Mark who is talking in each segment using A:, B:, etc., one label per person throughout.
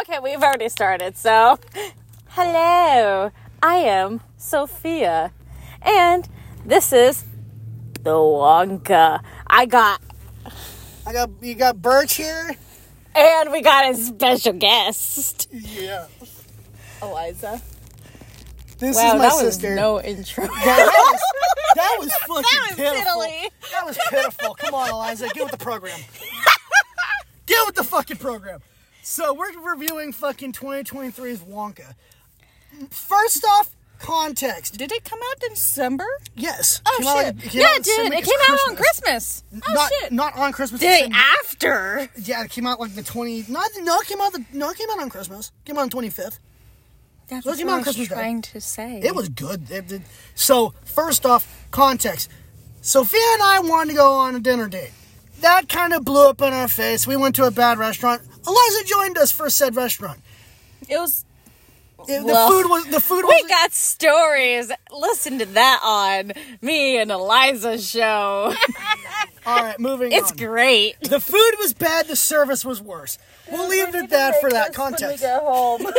A: okay, we've already started. So, hello, I am Sophia, and this is the Wonka. I got,
B: I got you got Birch here.
A: and we got a special guest,
B: Yeah.
A: Eliza.
B: This
A: Wow,
B: is my
A: that
B: sister.
A: was no intro.
B: that, was, that was fucking
A: That was
B: pitiful.
A: piddly.
B: That was pitiful. Come on, Eliza, get with the program. get with the fucking program. So we're reviewing fucking 2023's Wonka. First off, context.
C: Did it come out in December?
B: Yes.
C: Oh
B: Came out-
C: shit!
B: came
C: yeah,
B: out
C: it did.
B: December.
C: It
B: It's
C: came out on Christmas. Oh
B: not,
C: shit!
B: Not on Christmas.
C: Day
B: December.
C: after.
B: Yeah, it came out like the 20. Not, no, it came out the no, it came out on Christmas. It came out on 25th.
C: That's
B: what
C: what,
B: came out
C: I
B: on
C: was
B: Christmas Day.
C: trying to say.
B: It was good. It did- So, first off, context. Sophia and I wanted to go on a dinner date. That kind of blew up in our face. We went to a bad restaurant. Eliza joined us for said restaurant.
C: It was.
B: It-
A: Well,
B: the food was the food
A: We
B: was
A: got stories. Listen to that on me and Eliza's show.
B: All right, moving
A: It's
B: on.
A: great.
B: The food was bad, the service was worse. We'll leave it at that for that context. Okay.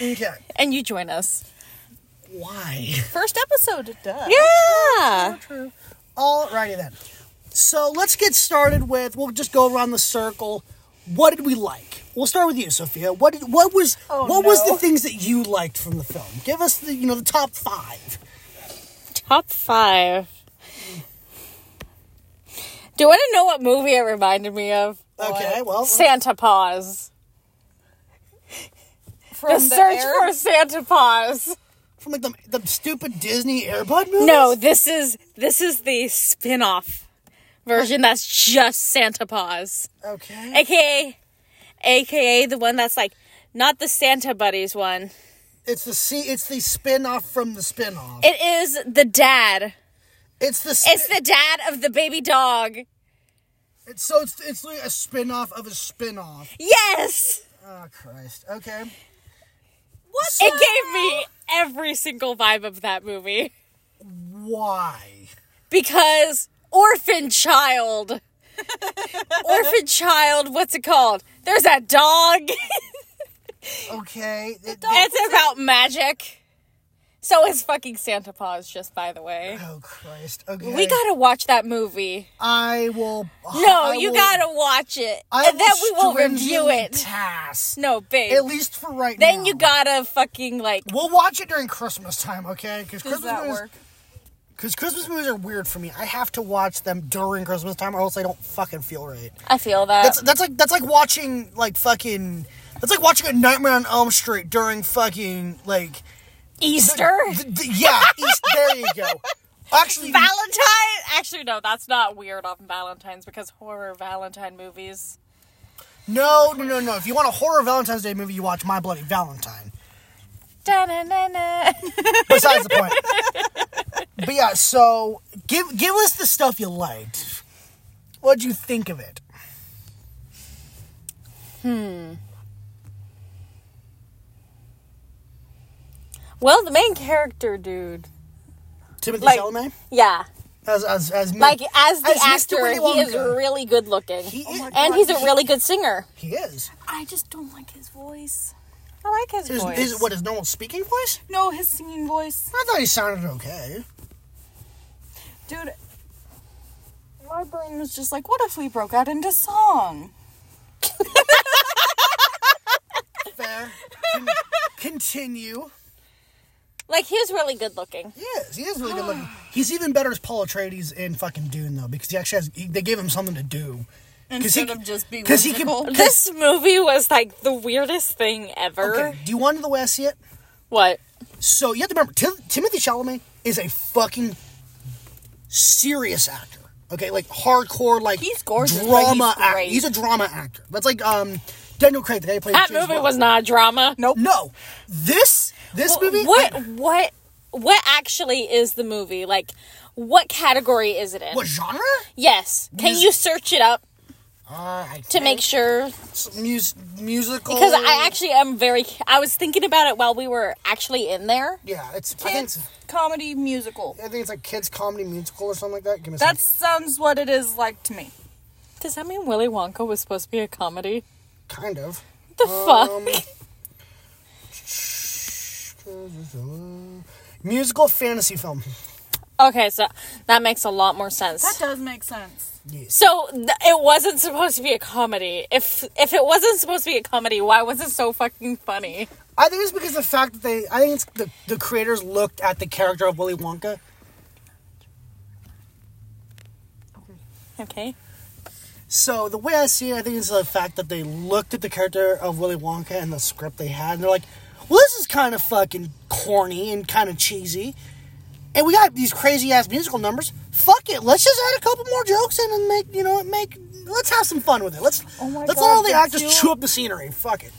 A: And you join us.
B: Why?
C: First episode. Duh.
A: Yeah.
B: Alrighty then. So, let's get started with we'll just go around the circle. What did we like? We'll start with you, Sophia. What did, what was
A: Oh,
B: what was the
C: no.
B: things that you liked from the film? Give us the you know the top five.
A: Top five. Do you want to know what movie it reminded me of?
B: Okay, well,
A: Santa Paws.
C: From
A: The search for Santa Paws.
B: from like the, the stupid Disney Airbud movie.
A: No, this is this is the spin-off version that's just Santa Paws.
B: Okay.
A: AKA AKA the one that's like not the Santa Buddies one.
B: It's the see. It's the spin off from the spin off.
A: It is the dad.
B: It's the. Spin-
A: It's the dad of the baby dog.
B: it's, so it's it's like a spin off of a spin off.
A: Yes.
B: Oh Christ. Okay.
A: What it gave me every single vibe of that movie.
B: Why?
A: because orphan child orphan child what's it called there's that dog
B: Okay. it-
A: it's about magic so is fucking santa paws just by the way
B: oh Christ. Okay.
A: we gotta watch that movie
B: I will.
A: no
B: I
A: you
B: will-
A: gotta watch it
B: I
A: and then we will review
B: stringently
A: it
B: Pass.
A: no babe
B: At least for right now.
A: then you gotta fucking like
B: We'll watch it during Christmas time, okay? Because
C: Does
B: Christmas
C: that
B: movies,
C: work?
B: because Christmas movies are weird for me. I have to watch them during Christmas time, or else I don't fucking feel right.
A: i feel that
B: That's that's like that's like watching like fucking that's like watching a Nightmare on Elm Street during fucking like
A: easter
B: th- th- yeah East, there you go. Actually,
A: valentine actually no that's not weird on valentine's because horror valentine movies
B: no, no, no, no. If you want a horror Valentine's Day movie, you watch My Bloody Valentine.
A: Da-na-na-na.
B: Besides the point. But yeah, so give give us the stuff you liked. What'd you think of it?
A: Well, the main character, dude.
B: Timothy
A: Like-
B: Chalamet
A: yeah,
B: as as as
A: like as the
B: As Mr.
A: actor,
B: Willy
A: he
B: Wonka.
A: is really good looking,
B: He is-
A: and he's a really good singer.
B: he is.
C: I just don't like his voice.
A: I like his,
B: Is,
A: voice.
B: is what his normal speaking voice?
C: No, his singing voice,
B: I thought he sounded okay.
C: dude. My brain was just like, what if we broke out into song?
B: Fair. Continue.
A: like he was really good looking.
B: He is. He is really good looking. He's even better as Paul Atreides in fucking Dune though, because he actually has. He, they gave him something to do. 'Cause
C: Instead
B: he,
C: of just being
B: because he can.
C: whimsical.
A: This movie was like the weirdest thing ever.
B: Okay. Do you want to know the way I see it?
A: What?
B: So you have to remember, Tim, Timothy Chalamet is a fucking serious actor. Okay, like hardcore, like
C: He's gorgeous, but
B: drama
C: he's
B: act-
C: great.
B: He's a drama actor. That's like um Daniel Craig, the guy who played
A: That
B: James
A: movie
B: Bond.
A: was not a drama.
C: Nope.
B: No, this this
A: Wh-
B: movie.
A: What? What? What actually is the movie? Like, what category is it in?
B: What genre?
A: Yes. Can
B: Mus-
A: you search it up
B: Uh, I
A: to make sure?
B: it's mus- musical.
A: Because I actually am very. I was thinking about it while we were actually in there.
B: yeah, it's I think
C: Kids
B: it's,
C: comedy musical.
B: I think it's like kids comedy musical or something like that. Give me a
C: That
B: second.
C: sounds what it is like to me.
A: Does that mean Willy Wonka was supposed to be a comedy?
B: kind of.
A: The the fuck?
B: Musical fantasy film.
A: Okay, so that makes a lot more sense.
C: That does make sense.
B: Yes.
A: So th- it wasn't supposed to be a comedy. If if it wasn't supposed to be a comedy, why was it so fucking funny?
B: I think it's because the fact that they, I think it's the, the creators looked at the character of Willy Wonka
A: Okay.
B: So the way I see it, I think it's the fact that they looked at the character of Willy Wonka and the script they had, and they're like, "Well, this is kind of fucking corny and kind of cheesy, and we got these crazy ass musical numbers. Fuck it, let's just add a couple more jokes in and make you know what make." Let's have some fun with it. Let's
C: Oh my
B: let's
C: God,
B: let all the
C: that's
B: actors
C: you.
B: chew up the scenery. Fuck it.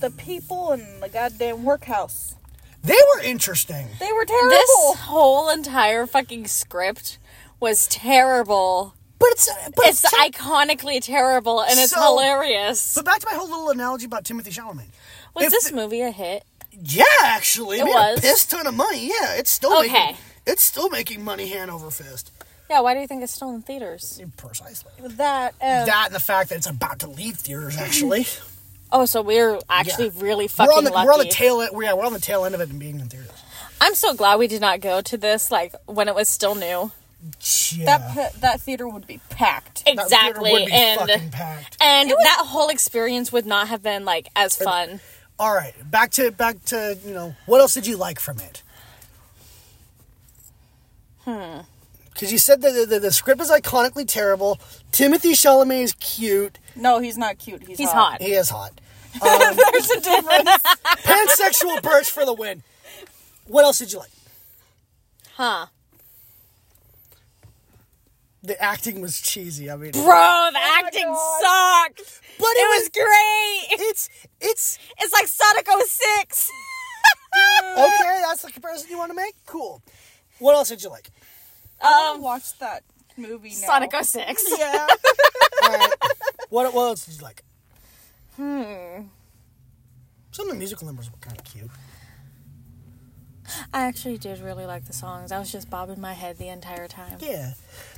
C: The people in the goddamn workhouse.
B: They were interesting.
C: They were terrible.
A: This whole entire fucking script was terrible.
B: But it's but
A: It's
B: it's, so-
A: iconically terrible and it's
B: So-
A: hilarious.
B: But back to my whole little analogy about Timothy Chalamet.
A: Was
B: if
A: this
B: the-
A: movie a hit?
B: Yeah, actually, it
A: It
B: made
A: was.
B: a piss ton of money. Yeah, it's still
A: Okay.
B: making, it's still making money hand over fist.
A: Yeah, why do you think it's still in theaters?
B: Precisely.
C: that and
B: That um, and the fact that it's about to leave theaters actually.
A: Oh, so we're actually
B: Yeah.
A: really
B: we're
A: fucking
B: on the
A: lucky.
B: we're on the tail end, yeah, we're on the tail end of it and being in theaters.
A: I'm so glad we did not go to this like when it was still new.
B: Yeah.
C: that pe- that theater would be
B: That
C: packed.
B: theater
A: Exactly.
B: would be fucking
A: and
B: packed.
A: and that whole experience would not have been like as fun.
B: All right, back to back to you know what else did you like from it? Hmm. Because you said that the, the, the script is iconically terrible. Timothy Chalamet is cute.
C: No, he's not cute. He's,
A: He's hot.
B: He is hot.
C: There's a difference.
B: Pansexual birch for the win. What else did you like?
A: Huh.
B: The acting was cheesy. I mean, but
A: Bro, the acting sucked. It
B: it
A: was great.
B: It's it's
A: It's like Sonic 06.
B: Okay, that's the comparison you want to make? Cool. What else did you like?
C: I watched that movie now.
A: Um, Sonic 06.
C: Yeah.
B: Alright. what, what else did you like? Hmm. Some of the musical numbers were kind of cute.
A: I actually did really like the songs. I was just bobbing my head the entire time.
B: Yeah.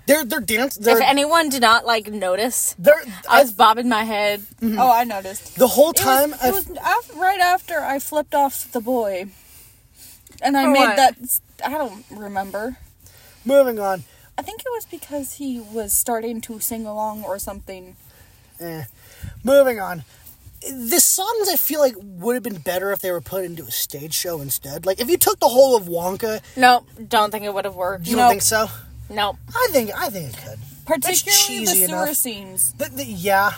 B: They're, they're dance. They're,
A: If anyone did not like notice,
B: they're,
A: I
B: I,
A: was bobbing my head.
C: oh, I noticed.
B: the whole
C: It was-
B: time,
C: it
B: I-
C: was, af- right after I flipped off the boy, and I
A: For
C: made
A: what?
C: that. I don't remember.
B: moving on.
C: I think it was because he was starting to sing along or something.
B: Eh. Moving on. The songs I feel like would have been better if they were put into a stage show instead. Like if you took the whole of Wonka,
A: Nope, don't think it would have worked.
B: you
C: Nope.
B: don't think so?
A: Nope.
B: I think I think it could.
C: Particularly the
B: cheesy
C: sewer
B: enough.
C: scenes.
B: The, the, yeah,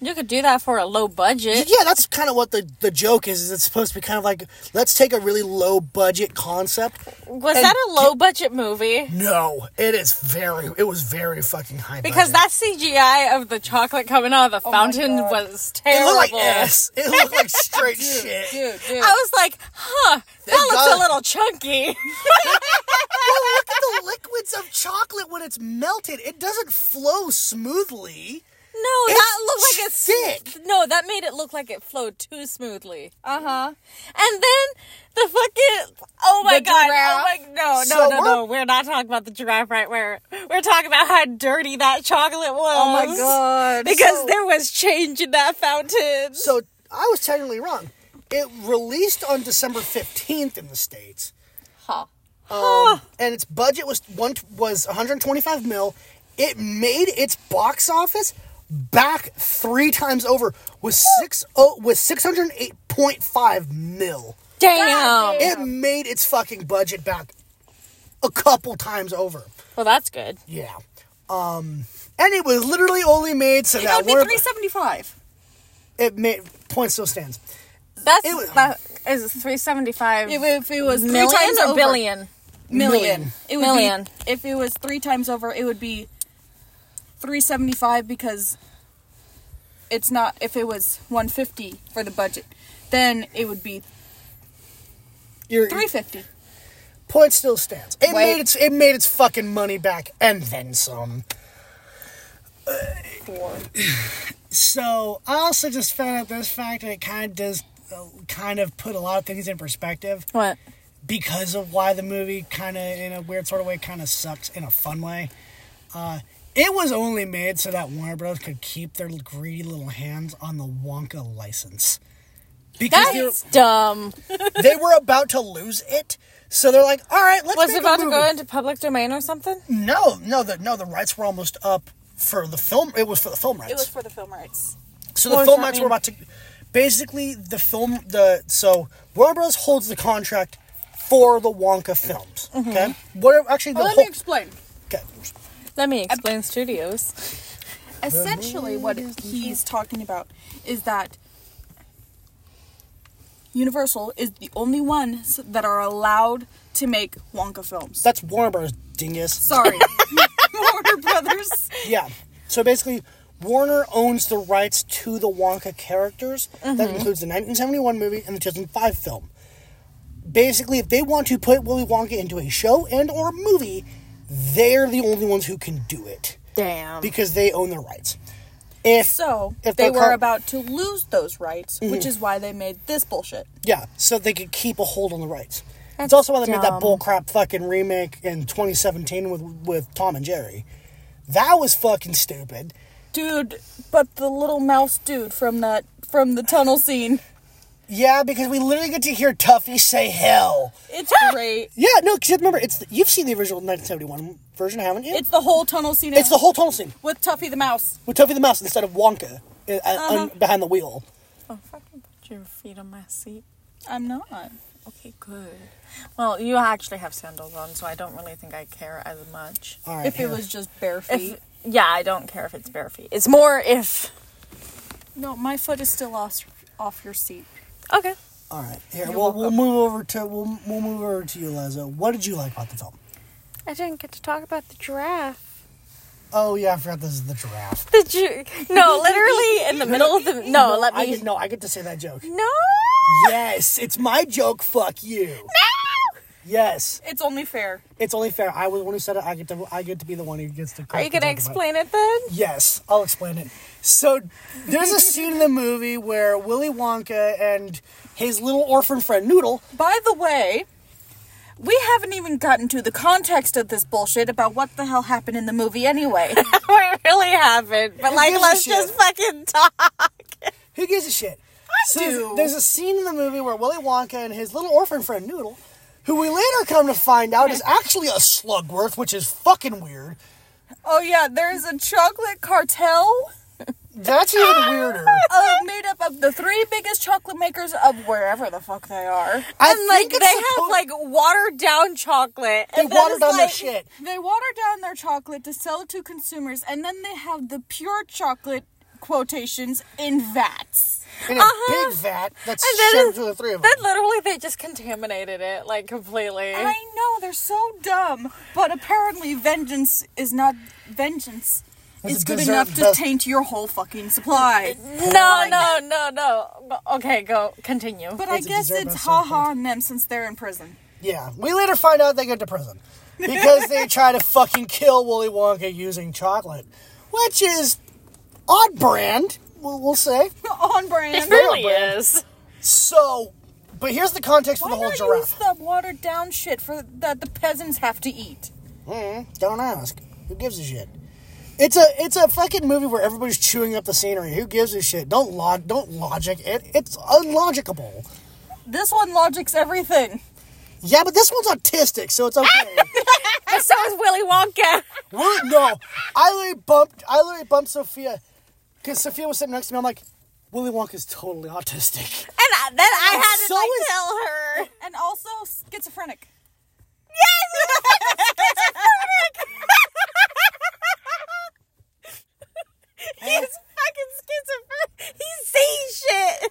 A: You could do that for a low budget.
B: yeah, that's kind of what the, the joke is. Is it's supposed to be kind of like let's take a really low budget concept.
A: Was
B: And
A: that a low budget movie?
B: No, it is very. It was very fucking high.
A: Because
B: budget.
A: that CGI of the chocolate coming out of the fountain
C: God.
A: was
B: it
A: terrible.
B: looked like ass. It looked like straight shit.
C: Dude,
A: I
C: dude.
A: was like, huh, that
B: Thank
A: looks
B: God.
A: a little chunky.
B: Well, look at the liquids of chocolate when it's melted. It doesn't flow smoothly.
A: No, that looked like it's
B: thick.
A: No, that made it look like it flowed too smoothly.
C: Uh huh.
A: And then the fucking oh my
C: The
A: god,
C: giraffe.
A: oh my no, no,
B: So
A: no, no. We're not talking about the giraffe right where we're talking about how dirty that chocolate was.
C: Oh my god.
A: Because there was change in that fountain.
B: So I was technically wrong. It released on December fifteenth in the states,
C: Huh.
B: um, and its budget was one was 125 mil. It made its box office back three times over with six oh with 608.5 mil.
A: Damn.
B: It made its fucking budget back a couple times over.
A: well, that's good.
B: Yeah. Um, and it was literally only made so
C: That
B: that
C: would be
B: we're,
C: 375.
B: it made point still stands.
A: That's
B: It was-
A: that is three seventy five.
C: If, if it was
A: Million
C: three times
A: or
C: over-
A: billion?
C: million.
B: Million.
C: It would be-
A: Million.
C: if it was three times over, it would be three seventy five because it's not. If it was one fifty for the budget, then it would be
B: Your
C: three fifty.
B: point still stands. It
C: Wait.
B: made its it made its fucking money back and then some. So I also just found out this fact, and it kind of does uh, kind of put a lot of things in perspective
A: What?
B: because of why the movie kind of in a weird sort of way kind of sucks in a fun way. Uh, It was only made so that Warner Bros. could keep their greedy little hands on the Wonka license. Because they
A: That's dumb.
B: were- they were about to lose it, so they're like, "All right, let's."
A: Was
B: make
A: it
B: a
A: about to go
B: movie."
A: into public domain or something?
B: No, no, the no, the rights were almost up for the film. It was for the film rights.
C: It was for the film rights.
B: so
A: what does
B: the film
A: that
B: rights
A: mean?
B: were about to. Basically, the film the so Warner Bros. holds the contract for the Wonka films.
A: Mm-hmm.
B: Okay, what actually the
C: Well, let
B: whole
C: me explain.
B: okay,
A: Let me explain studios.
C: essentially what he's talking about is that Universal is the only ones that are allowed to make Wonka films.
B: that's Warner Bros. Dingus.
C: Sorry, Warner Brothers.
B: Yeah. So basically, Warner owns the rights to the Wonka characters.
C: Mm-hmm.
B: That includes the 1971 movie and the 2005 film. Basically, if they want to put Willy Wonka into a show and or movie, they're the only ones who can do it
A: Damn.
B: because they own the rights. If
C: So
B: if
C: they
B: they're
C: were
B: called-
C: about to lose those rights, which is why they made this bullshit.
B: yeah, so they could keep a hold on the rights.
A: That's
B: it's also why they made that
A: dumb.
B: bullcrap fucking remake in 2017 with with Tom and Jerry. That was fucking stupid.
C: Dude, but the little mouse dude from that from the tunnel scene.
B: Yeah, because we literally get to hear Tuffy say hell.
C: It's great.
B: Yeah, no, because remember, it's the, you've seen the original 1971 version, haven't you?
C: It's the whole tunnel scene
B: It's the whole tunnel scene
C: with Tuffy the mouse.
B: with Tuffy the Mouse instead of Wonka uh, uh,
A: Uh-huh.
B: un- behind the wheel.
A: Oh, fucking put your feet on my seat.
C: I'm not.
A: Okay, good. Well, you actually have sandals on, so I don't really think I care as much.
B: All right,
C: If it
B: here.
C: was just bare feet.
A: If yeah, I don't care if it's bare feet. It's more if
C: No, my foot is still off off your seat.
A: okay.
B: all right, here we'll, we'll move over to we'll, we'll move over to you, Liza. What did you like about the film?
A: I didn't get to talk about the giraffe.
B: Oh yeah, I forgot this is the giraffe.
A: The gi- no, literally in the middle of the no. let
B: I
A: me
B: get, no, I get to say that joke.
A: no.
B: yes, it's my joke. Fuck you. Yes,
C: It's only fair.
B: it's only fair. I was the one who said it. I get to I get to be the one who gets to.
A: Are you gonna
B: talk about it.
A: explain it then?
B: Yes, I'll explain it. So there's a scene in the movie where Willy Wonka and his little orphan friend Noodle.
C: By the way, we haven't even gotten to the context of this bullshit about what the hell happened in the movie anyway.
A: we really haven't. But like,
B: gives a
A: let's
B: shit?
A: just fucking talk.
B: Who gives a shit? I so there's-
C: do.
B: There's a scene in the movie where Willy Wonka and his little orphan friend Noodle, who we later come to find out is actually a Slugworth, which is fucking weird.
C: oh yeah, there's a chocolate cartel
B: That's even weirder.
C: uh, made up of the three biggest chocolate makers of wherever the fuck they are.
B: I
A: and like,
B: think
A: they
B: it's
A: have
B: supposed-
A: like watered down chocolate.
B: they
A: and
B: watered
A: it's
B: down their
A: like-
B: shit.
C: They water down their chocolate to sell it to consumers, and then they have the pure chocolate quotations in vats. Uh-huh.
B: In a big vat that's
A: uh-huh. And then
B: shared
A: it's-
B: to the three of them.
A: Then literally they just contaminated it like completely.
C: I know they're so dumb, but apparently vengeance is not vengeance.
B: It's
C: Is
B: a
C: good
B: dessert
C: enough to
B: best-
C: taint your whole fucking supply.
A: no, no, no, no. Okay, go continue.
C: But I
B: It's a
C: guess
B: dessert
C: it's
B: best
C: ha
B: selling
C: ha on them since they're in prison.
B: Yeah, we later find out they go to prison because they try to fucking kill Willy Wonka using chocolate, which is odd brand, we'll, we'll say.
C: on brand.
A: it really
B: brand.
A: is.
B: So, but here's the context for
C: Why
B: the whole
C: not use
B: giraffe.
C: the watered down shit for that the peasants have to eat?
B: Mm, don't ask. Who gives a shit? It's a it's a fucking movie where everybody's chewing up the scenery. Who gives a shit? Don't log don't logic it. It's unlogicable.
C: This one logics everything.
B: Yeah, but this one's autistic, so it's okay.
A: And so is Willy Wonka.
B: Wait, no. I literally bumped. I literally bumped Sophia because Sophia was sitting next to me. I'm like, Willy Wonka's totally autistic.
A: And I, then I had to
B: so
A: like,
B: is-
A: tell her.
C: And also schizophrenic.
A: He's fucking schizophrenic. He sees shit.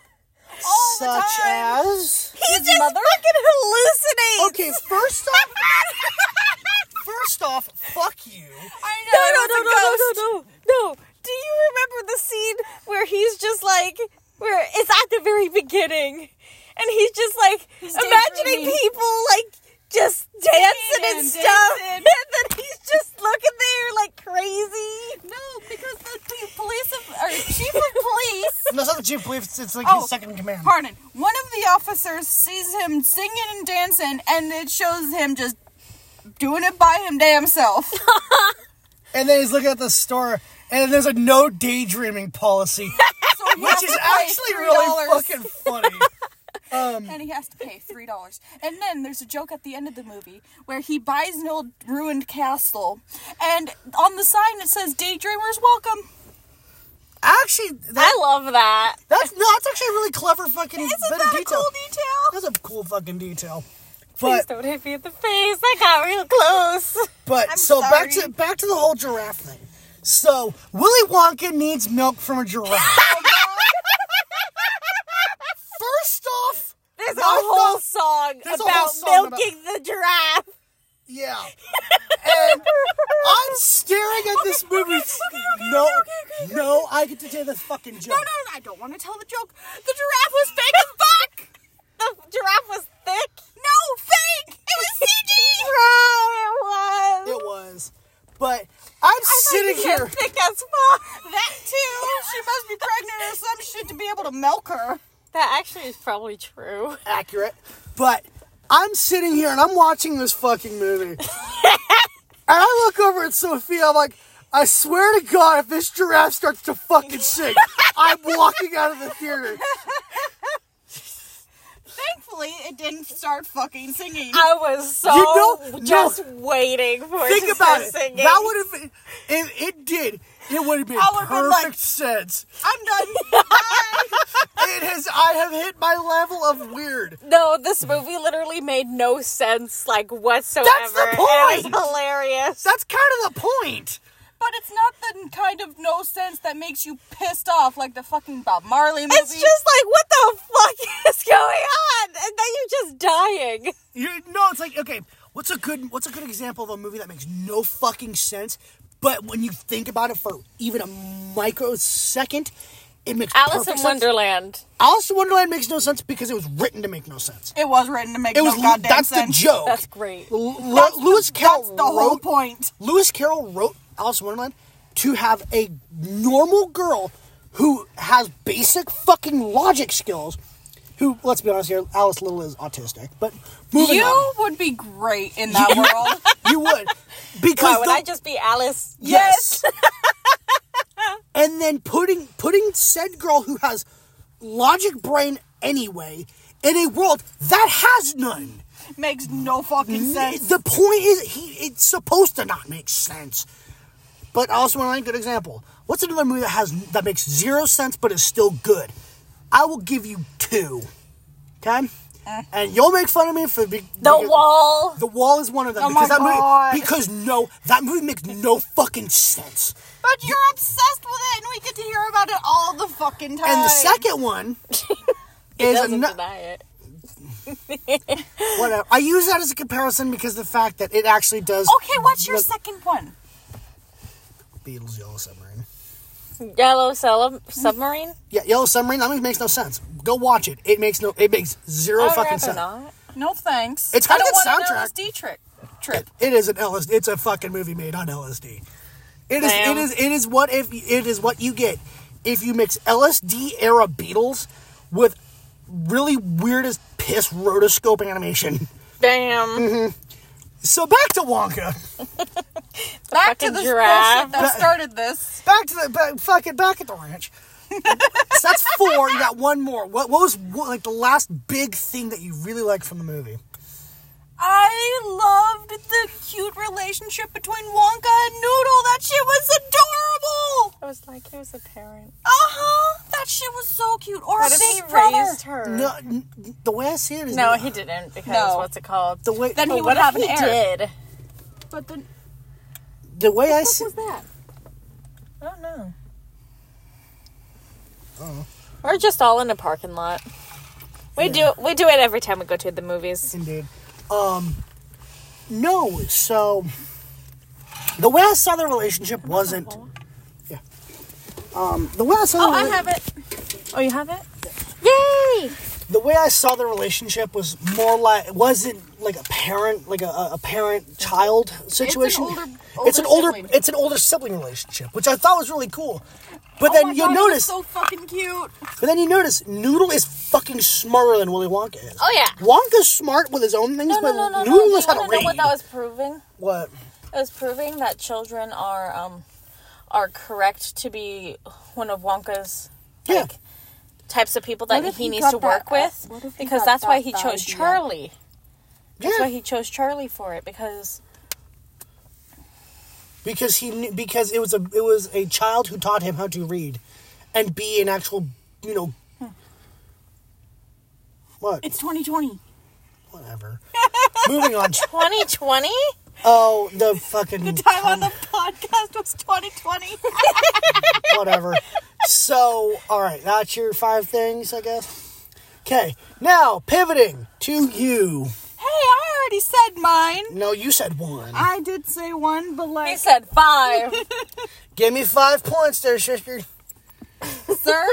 C: All the
B: Such
C: time.
B: as.
A: He just fucking hallucinates.
B: Okay, first off, first off, fuck you.
C: I
A: No,
C: know.
A: no,
C: it
A: no, no,
C: was a
A: no,
C: ghost.
A: no, no, no. Do you remember the scene where he's just like, where it's at the very beginning, and he's just like imagining
C: daydreaming.
A: people like just dancing and
C: and
A: stuff,
C: dancing.
A: and then he's just looking there like crazy.
C: No, because the p- police of, or chief of police.
B: No, it's not the chief believes it's, it's like his second in command.
C: Oh, Pardon. One of the officers sees him singing and dancing, and it shows him just doing it by him damn self.
B: And then he's looking at the store, and there's a no daydreaming policy,
C: So he has
B: which
C: to
B: is
C: pay
B: actually
C: $3,
B: really fucking funny.
C: And he has to pay three dollars. And then there's a joke at the end of the movie where he buys an old ruined castle, and on the sign it says "Daydreamers Welcome."
B: Actually, that,
A: I love that.
B: that's no, that's actually a really clever fucking
C: Isn't
B: bit of
C: that a
B: detail.
C: cool detail?
B: That's a cool fucking detail.
A: Please
B: But
A: don't hit me in the face. I got real close.
B: but
C: I'm
B: so back
C: sorry.
B: to back to the whole giraffe thing. So Willy Wonka needs milk from a giraffe. First off,
A: There's a
B: Martha-
A: whole song
B: There's a
A: about
B: whole song about-
A: milking the giraffe.
B: Yeah. And I'm staring at this movie. no, no, I get to tell this fucking joke.
C: No, no, I don't want to tell the joke. The giraffe was fake as fuck.
A: The giraffe was thick.
C: No, fake. It was CG.
A: Oh, it was.
B: It was, but I'm sitting
A: It
B: here.
A: was thick as fuck.
C: That too. She must be pregnant or some shit to be able to milk her.
A: That actually is probably true.
B: accurate, but I'm sitting here and I'm watching this fucking movie. and I look over at Sophia, I'm like, I swear to God, if this giraffe starts to fucking sing, I'm walking out of the theater.
C: Thankfully, it didn't start fucking singing.
A: I was so
B: You know-
A: just waiting for it to
B: Think
A: start
B: about it.
A: singing.
B: That would have been, if it did, it would have made
C: I would've been
B: perfect
C: like-
B: sense.
C: I'm done. Bye.
B: It has, I have hit my level of weird.
A: no, this movie literally made no sense, like whatsoever.
B: That's the
A: It
B: point.
A: was hilarious.
B: That's kind of the point.
C: But it's not the kind of no sense that makes you pissed off like the fucking Bob Marley movie.
A: It's just like, what the fuck is going on? And then you're just dying.
B: You no, it's like okay, what's a good what's a good example of a movie that makes no fucking sense, but when you think about it for even a microsecond, it makes
A: Alice
B: perfect
A: in
B: sense.
A: Wonderland.
B: Alice in Wonderland makes no sense because it was written to make no sense.
C: it was written to make
B: It
C: no
B: was
C: goddamn
B: that's
C: sense.
B: the joke.
A: That's great.
B: L- L- Lewis Carroll
C: That's the whole
B: wrote
C: point.
B: Lewis Carroll wrote Alice in Wonderland to have a normal girl who has basic fucking logic skills. Who, let's be honest here, Alice Little is autistic. But moving
C: you
B: on,
C: would be great in that world.
B: you would because
A: Why would
B: the-
A: I just be Alice?
B: Yes. and then putting putting said girl who has logic brain anyway in a world that has none.
C: Makes no fucking sense.
B: The point is, he it's supposed to not make sense. But also another good example. What's another movie that has that makes zero sense but is still good? I will give you two. Okay. And you'll make fun of me for be,
A: Uh. The
B: because-
A: wall.
B: The wall is one of them
C: Oh
B: because
C: my
B: that movie
C: God.
B: because no that movie makes no fucking sense.
C: But you're obsessed with it, and we get to hear about it all the fucking time.
B: And the second one is
A: doesn't
B: ano-
A: deny it.
B: whatever. I use that as a comparison because the fact that it actually does.
C: Okay, what's your second one?
B: Beatles Yellow Submarine?
A: Yellow sub- submarine.
B: Yeah, Yellow Submarine. That movie makes no sense. Go watch it. It makes no. It makes zero
A: I'd
B: fucking
A: rather
B: sense.
A: not.
C: No thanks.
B: It's
C: I
B: got a
C: don't
B: good
C: want
B: soundtrack.
C: an LSD trip. Trip.
B: It is an LSD. It's a fucking movie made on LSD. It is.
A: Damn.
B: It is. It is what if it is what you get if you mix LSD era Beatles with really weirdest piss rotoscope animation. Mm-hmm.
A: Damn.
B: So back to Wonka.
C: Back to
A: fucking
C: this
A: giraffe.
C: bullshit that started this.
B: back to the back, fucking back at the ranch. so that's four. You got one more. What, what was what, like the last big thing that you really liked from the movie?
C: I loved the cute relationship between Wonka and Noodle. That shit was adorable.
A: I was like, he was a parent.
C: Uh huh. That shit was so cute. Or
A: What
C: a
A: if he
C: big brother.
A: raised her?
B: No, n- the way I see it is
A: No,
B: the-
A: he didn't because
C: No.
A: what's it called?
B: the way
C: Then
B: the,
C: he
A: But
C: would
A: if
C: have an heir.
A: did.
C: But then
B: the way I see.
A: that? I don't know.
B: Oh.
A: We're just all in a parking lot. We do we do it every time we go to the movies.
B: Indeed. Um, no. So the way I saw the relationship wasn't. Yeah. Um, the way I saw.
C: Oh,
B: the
C: I
B: rela-
C: have it.
A: Oh, you have it? Yay!
B: the way I saw the relationship was more like it wasn't like a parent like a, a parent child situation.
C: older-
B: it's an
C: older
B: older
C: sibling.
B: it's an older sibling relationship, which I thought was really cool. But
C: oh my
B: then you
C: God, it was
B: notice,
C: So fucking cute.
B: but then you notice Noodle is fucking smarter than Willy Wonka is.
A: Oh, yeah.
B: Wonka's smart with his own things,
A: No, no,
B: but
A: no, no, no.
B: Noodle
A: Do you
B: knows how
A: wanna
B: to
A: know
B: read.
A: what that was proving?
B: What?
A: as proving that children are um are correct to be one of Wonka's
B: Yeah.
A: like types of people
C: What
A: that
C: if
A: he
C: he
A: needs
C: got
A: to
C: that-
A: work with
C: what if he
A: because
C: got
A: that's why
C: that
A: he chose
C: idea?
A: Charlie. That's
B: Yeah.
A: why he chose Charlie for it because
B: because he knew, because it was a it was a child who taught him how to read and be an actual you know what
C: It's 2020.
B: whatever moving on
A: 2020
B: oh the fucking
C: Time on the podcast was 2020.
B: whatever so all right that's your five things i guess okay now pivoting to you
C: Hey, I already said mine.
B: no you said one
C: I did say one, but like,
A: he said 5
B: give me five points there sister
C: sir,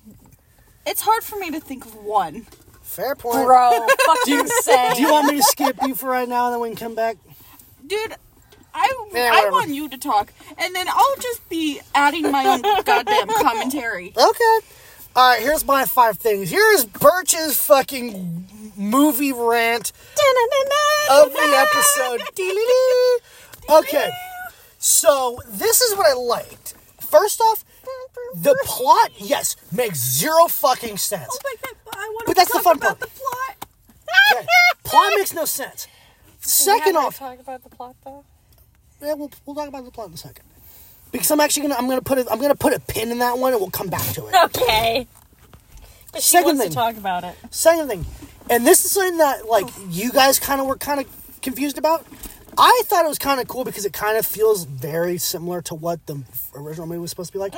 C: it's hard for me to think of one.
B: fair point
A: bro fucking say
B: do you want me to skip you for right now and then we can come back
C: Dude, I,
B: Yeah,
C: I
B: whatever.
C: want you to talk, and then I'll just be adding my own goddamn commentary.
B: Okay. All right, here's my five things. Here's Birch's fucking movie rant of the episode. Dee-dee-dee. Okay.
C: Oh
B: So, this is what I liked. First off, the plot, yes, makes zero fucking sense.
C: Oh my God, but I want
B: But
C: to
B: that's the
C: talk
B: fun part.
C: about the plot.
B: Okay. Plot makes no sense. Second off,
A: talk about the plot though
B: yeah, we'll, we'll talk about the plot in a second. Because I'm actually gonna I'm gonna put a, I'm gonna put a pin in that one and we'll come back to it.
A: okay 'Cause she
B: Second
A: wants
B: thing.
A: to talk about it
B: Second thing, and this is something that like you guys kind of were kind of confused about. I thought it was kind of cool because it kind of feels very similar to what the original movie was supposed to be like.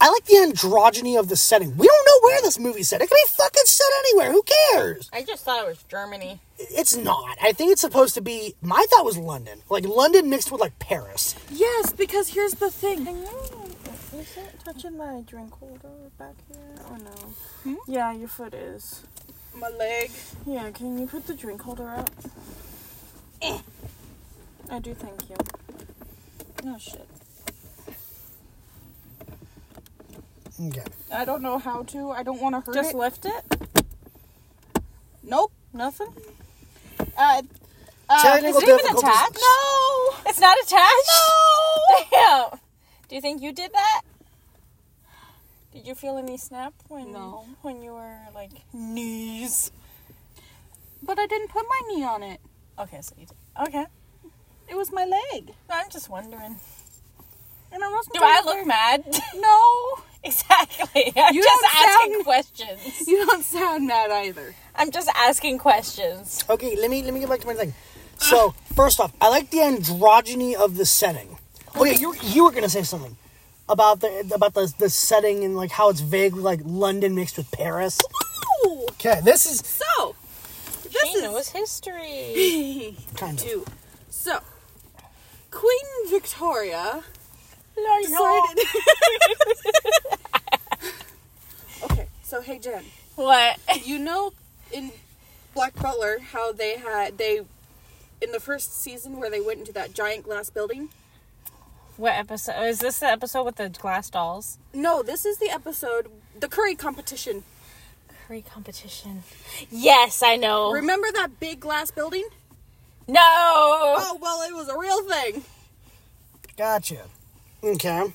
B: I like the androgyny of the setting. We don't know where this movie's set. It can be fucking set anywhere. Who cares?
A: I just thought it was Germany
B: It's not. I think it's supposed to be. My thought was London, like London mixed with like Paris.
C: Yes, because here's the thing.
D: Is it touching my drink holder back here or no?
A: Hmm?
D: Yeah, your foot is.
C: My leg.
D: Yeah, can you put the drink holder up? I do thank you.
C: Oh shit.
B: Okay.
C: I don't know how to. I don't want to hurt
D: Just
C: it.
D: lift it?
C: nope.
D: Nothing?
C: Uh,
A: is
B: Technical
A: it even
B: difficulties.
A: attached?
C: no.
A: it's not attached no damn do you think you did that did you feel any snap when
C: No.
A: when you were like knees
C: But I didn't put my knee on it.
A: okay so you did okay
C: It was my leg.
A: I'm just wondering
C: And I wasn't.
A: do
C: trying
A: I
C: to
A: look
C: hurt-
A: mad
C: No.
A: exactly I'm
C: You
A: just
C: don't
A: asking
C: sound-
A: questions
C: You don't sound mad either.
A: I'm just asking questions
B: Okay, let me let me get back to my thing. So first off, I like the androgyny of the setting. Oh yeah, you were- you were gonna say something about the about the the setting and like how it's vaguely like London mixed with Paris.
C: Ooh.
B: Okay, this is
C: So, this
A: she knows history
C: is
B: kind of
C: two. So, Queen Victoria decided. okay. So hey Jen,
A: what
C: you know in Black Butler how they had they in the first season where they went into that giant glass building.
A: What episode? Is this the episode with the glass dolls?
C: No, this is the episode, the curry competition.
A: Curry competition. Yes, I know.
C: Remember that big glass building?
A: no!
C: Oh, well, it was a real thing.
B: gotcha. Okay,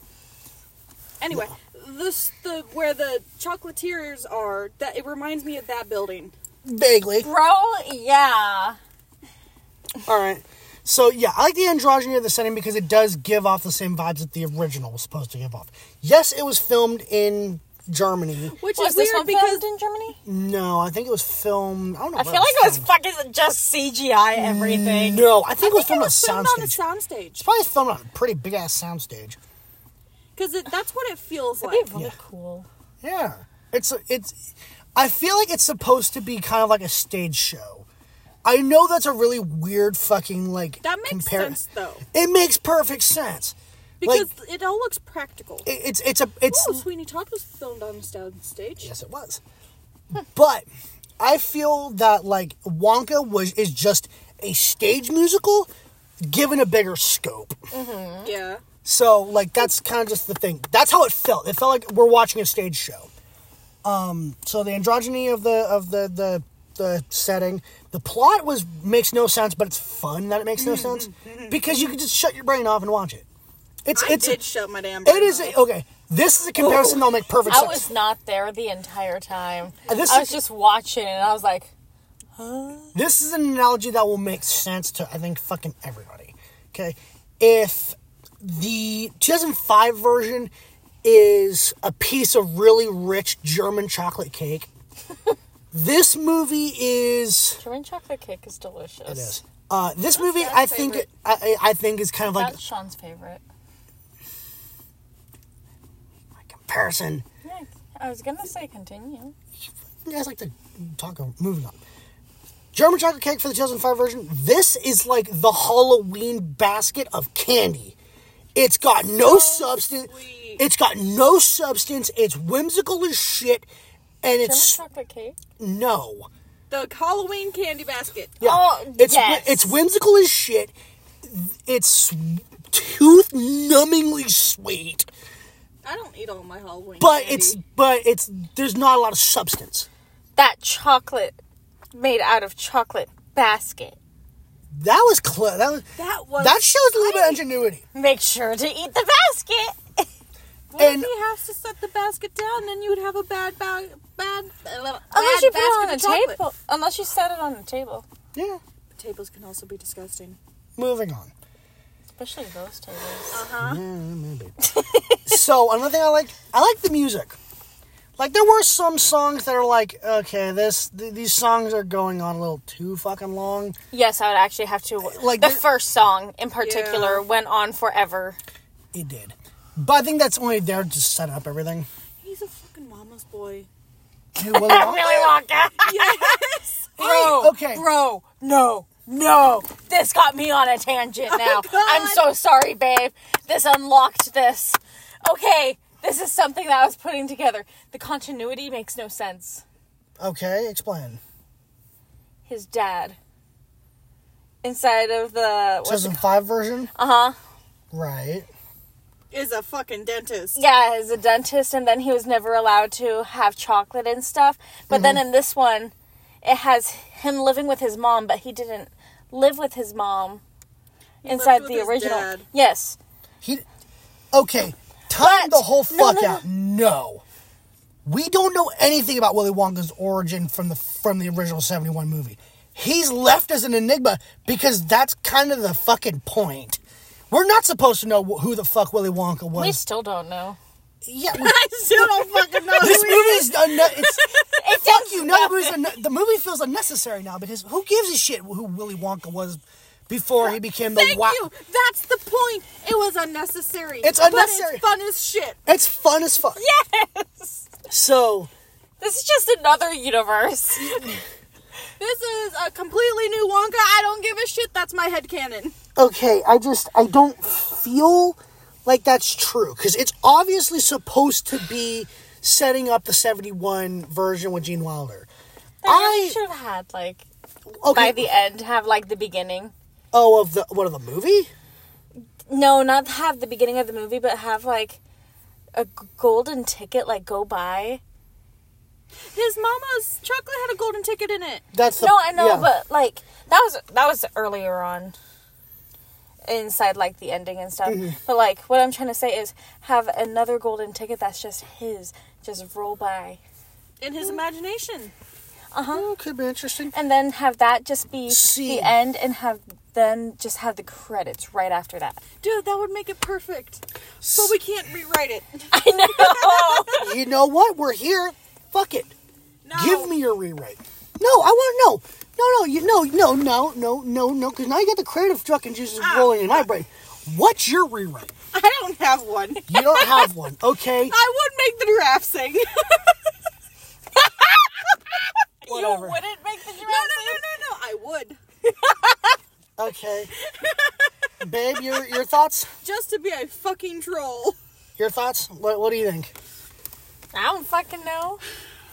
C: Anyway, this the where the chocolatiers are. That it reminds me of that building.
B: vaguely.
A: Bro, yeah.
B: All right. So yeah, I like the androgyny of the setting because it does give off the same vibes that the original was supposed to give off. Yes, it was filmed in Germany.
C: Which
A: Was
C: is
A: this
C: weird
A: one
C: because
A: filmed in Germany?
B: No, I think it was filmed. I don't know.
A: I feel like it was fucking just CGI everything.
B: No, I think it was
C: it
B: filmed
C: was
B: on
C: filmed
B: a
C: on a
B: soundstage. It's
C: soundstage
B: probably filmed on a pretty big ass soundstage.
C: because that's what it feels
A: That'd
C: like.
A: be really
B: Yeah.
A: cool.
B: Yeah, it's it's. I feel like it's supposed to be kind of like a stage show. I know that's a really weird fucking like.
C: That makes
B: compar-
C: sense though,
B: It makes perfect sense.
C: because
B: like
C: it all looks practical.
B: it, it's it's a it's
C: Oh, Sweeney Todd was filmed on a soundstage.
B: yes it was, but I feel that like Wonka was is just a stage musical given a bigger scope.
C: Yeah.
B: So like that's kind of just the thing. That's how it felt. It felt like we're watching a stage show. Um, so the androgyny of the of the the the setting. The plot was makes no sense, but it's fun that it makes no
D: Mm-hmm.
B: sense because you can just shut your brain off and watch it. It's
D: I
B: it's
D: did shut my damn.
B: it is a, okay. This is a comparison that'll make perfect
A: I
B: sense.
A: was not there the entire time.
B: Uh, this
A: I
B: is-
A: was just watching, and I was like,
B: this is an analogy that will make sense to I think fucking everybody. Okay, if the 2005 version is a piece of really rich German chocolate cake, this movie is
A: "German chocolate cake is delicious."
B: it is. Uh, this movie, I think, I, I I think is kind of like
A: That's Sean's favorite.
B: a comparison.
A: Yeah, I was gonna say continue.
B: You guys like to talk. Over, moving on. German chocolate cake for the 2005 version. This is like the Halloween basket of candy. It's got no substance. It's got no substance. It's whimsical as shit, and
A: German
B: it's
A: chocolate cake.
B: no.
D: The Halloween candy basket.
B: Yeah.
A: Oh,
B: it's
A: yes.
B: it's whimsical as shit. It's tooth numbingly sweet,
D: I don't eat all my Halloween.
B: but
D: candy.
B: it's but it's there's not a lot of substance.
A: That chocolate made out of chocolate basket.
B: That was clever. That was
D: that was
B: that shows a little bit of ingenuity.
A: Make sure to eat the basket.
D: What if
B: and-
D: he has to set the basket down, then you would have a bad bag, bad, bad
A: Unless you put it on a
D: basket of chocolate.
A: table. Unless you set it on a table,
B: Yeah.
D: Tables can also be disgusting.
B: Moving on.
A: especially those tables.
B: so another thing I like, I like the music. Like there were some songs that are like, okay, this th- these songs are going on a little too fucking long.
A: Yes, I would actually have to.
B: Like
A: Like the
B: the-
A: first song in particular went on forever.
B: It did, but I think that's only there to set up everything.
D: He's a fucking mama's boy.
B: Dude, Willy Wonka-
A: Willy Wonka. Bro,
B: okay.
A: bro, no, no. This got me on a tangent now. I'm so sorry, babe. This unlocked this. Okay, this is something that I was putting together. The continuity makes no sense.
B: Okay, explain.
A: His dad. Inside of the what's it-
B: 2005 version,
A: uh-huh.
B: right?
D: Is a fucking dentist.
A: Yeah, as a dentist and then he was never allowed to have chocolate and stuff. But then in this one, it has him living with his mom, but he didn't live with his mom inside
D: with
A: the
D: his
A: original.
D: dad.
A: Yes.
B: He, okay, time the whole
A: no,
B: fuck
A: no,
B: out. No, we don't know anything about Willy Wonka's origin from the from the original '71 movie. He's left as an enigma because that's kind of the fucking point. We're not supposed to know wh- who the fuck Willy Wonka
A: We
B: was.
A: still don't know.
B: yeah, we-
D: I still don't fucking know.
B: this movie is unne- it's,
A: It
B: fuck you. No, the movie's unne- the movie feels unnecessary now because who gives a shit who Willy Wonka was before he became the
D: Thank
B: wa-
D: you. That's the point. It was unnecessary.
B: It's
D: But
B: unnecessary.
D: fun as shit.
B: It's fun as fuck. Yes. So
A: This is just another universe.
D: This is a completely new Wonka. I don't give a shit. That's my headcanon.
B: okay, I just I don't feel like that's true because it's obviously supposed to be setting up the '71 version with Gene Wilder.
A: I
B: I
A: should have had like by
B: okay.
A: the end have like the beginning.
B: oh, of the what of the movie?
A: No, not have the beginning of the movie, but have like a g- golden ticket like go by.
D: His mama's chocolate had a golden ticket in it.
B: That's the,
A: no, I know,
B: yeah.
A: but like that was that was earlier on inside like the ending and stuff.
B: Mm-hmm.
A: But like what I'm trying to say is have another golden ticket that's just his, just roll by.
D: In
B: Mm.
D: his imagination.
B: Oh, could be interesting.
A: and then have that just be
B: See.
A: the end and have then just have the credits right after that.
D: Dude, that would make it perfect. But we can't rewrite it.
A: I know.
B: You know what? We're here. Fuck it.
D: No.
B: Give me your rewrite. No, I want no, no, no. You no, no, no, no, no, no. Because now you got the creative fucking juices
A: Ah.
B: rolling in my brain. What's your rewrite?
D: I don't have one.
B: You don't have one, okay?
D: I would make the giraffe sing.
B: Whatever.
A: Wouldn't make the
D: No, no, no, no, no. I would.
B: Okay. Babe, your your thoughts?
D: Just to be a fucking troll.
B: Your thoughts? What What do you think?
A: I don't fucking know.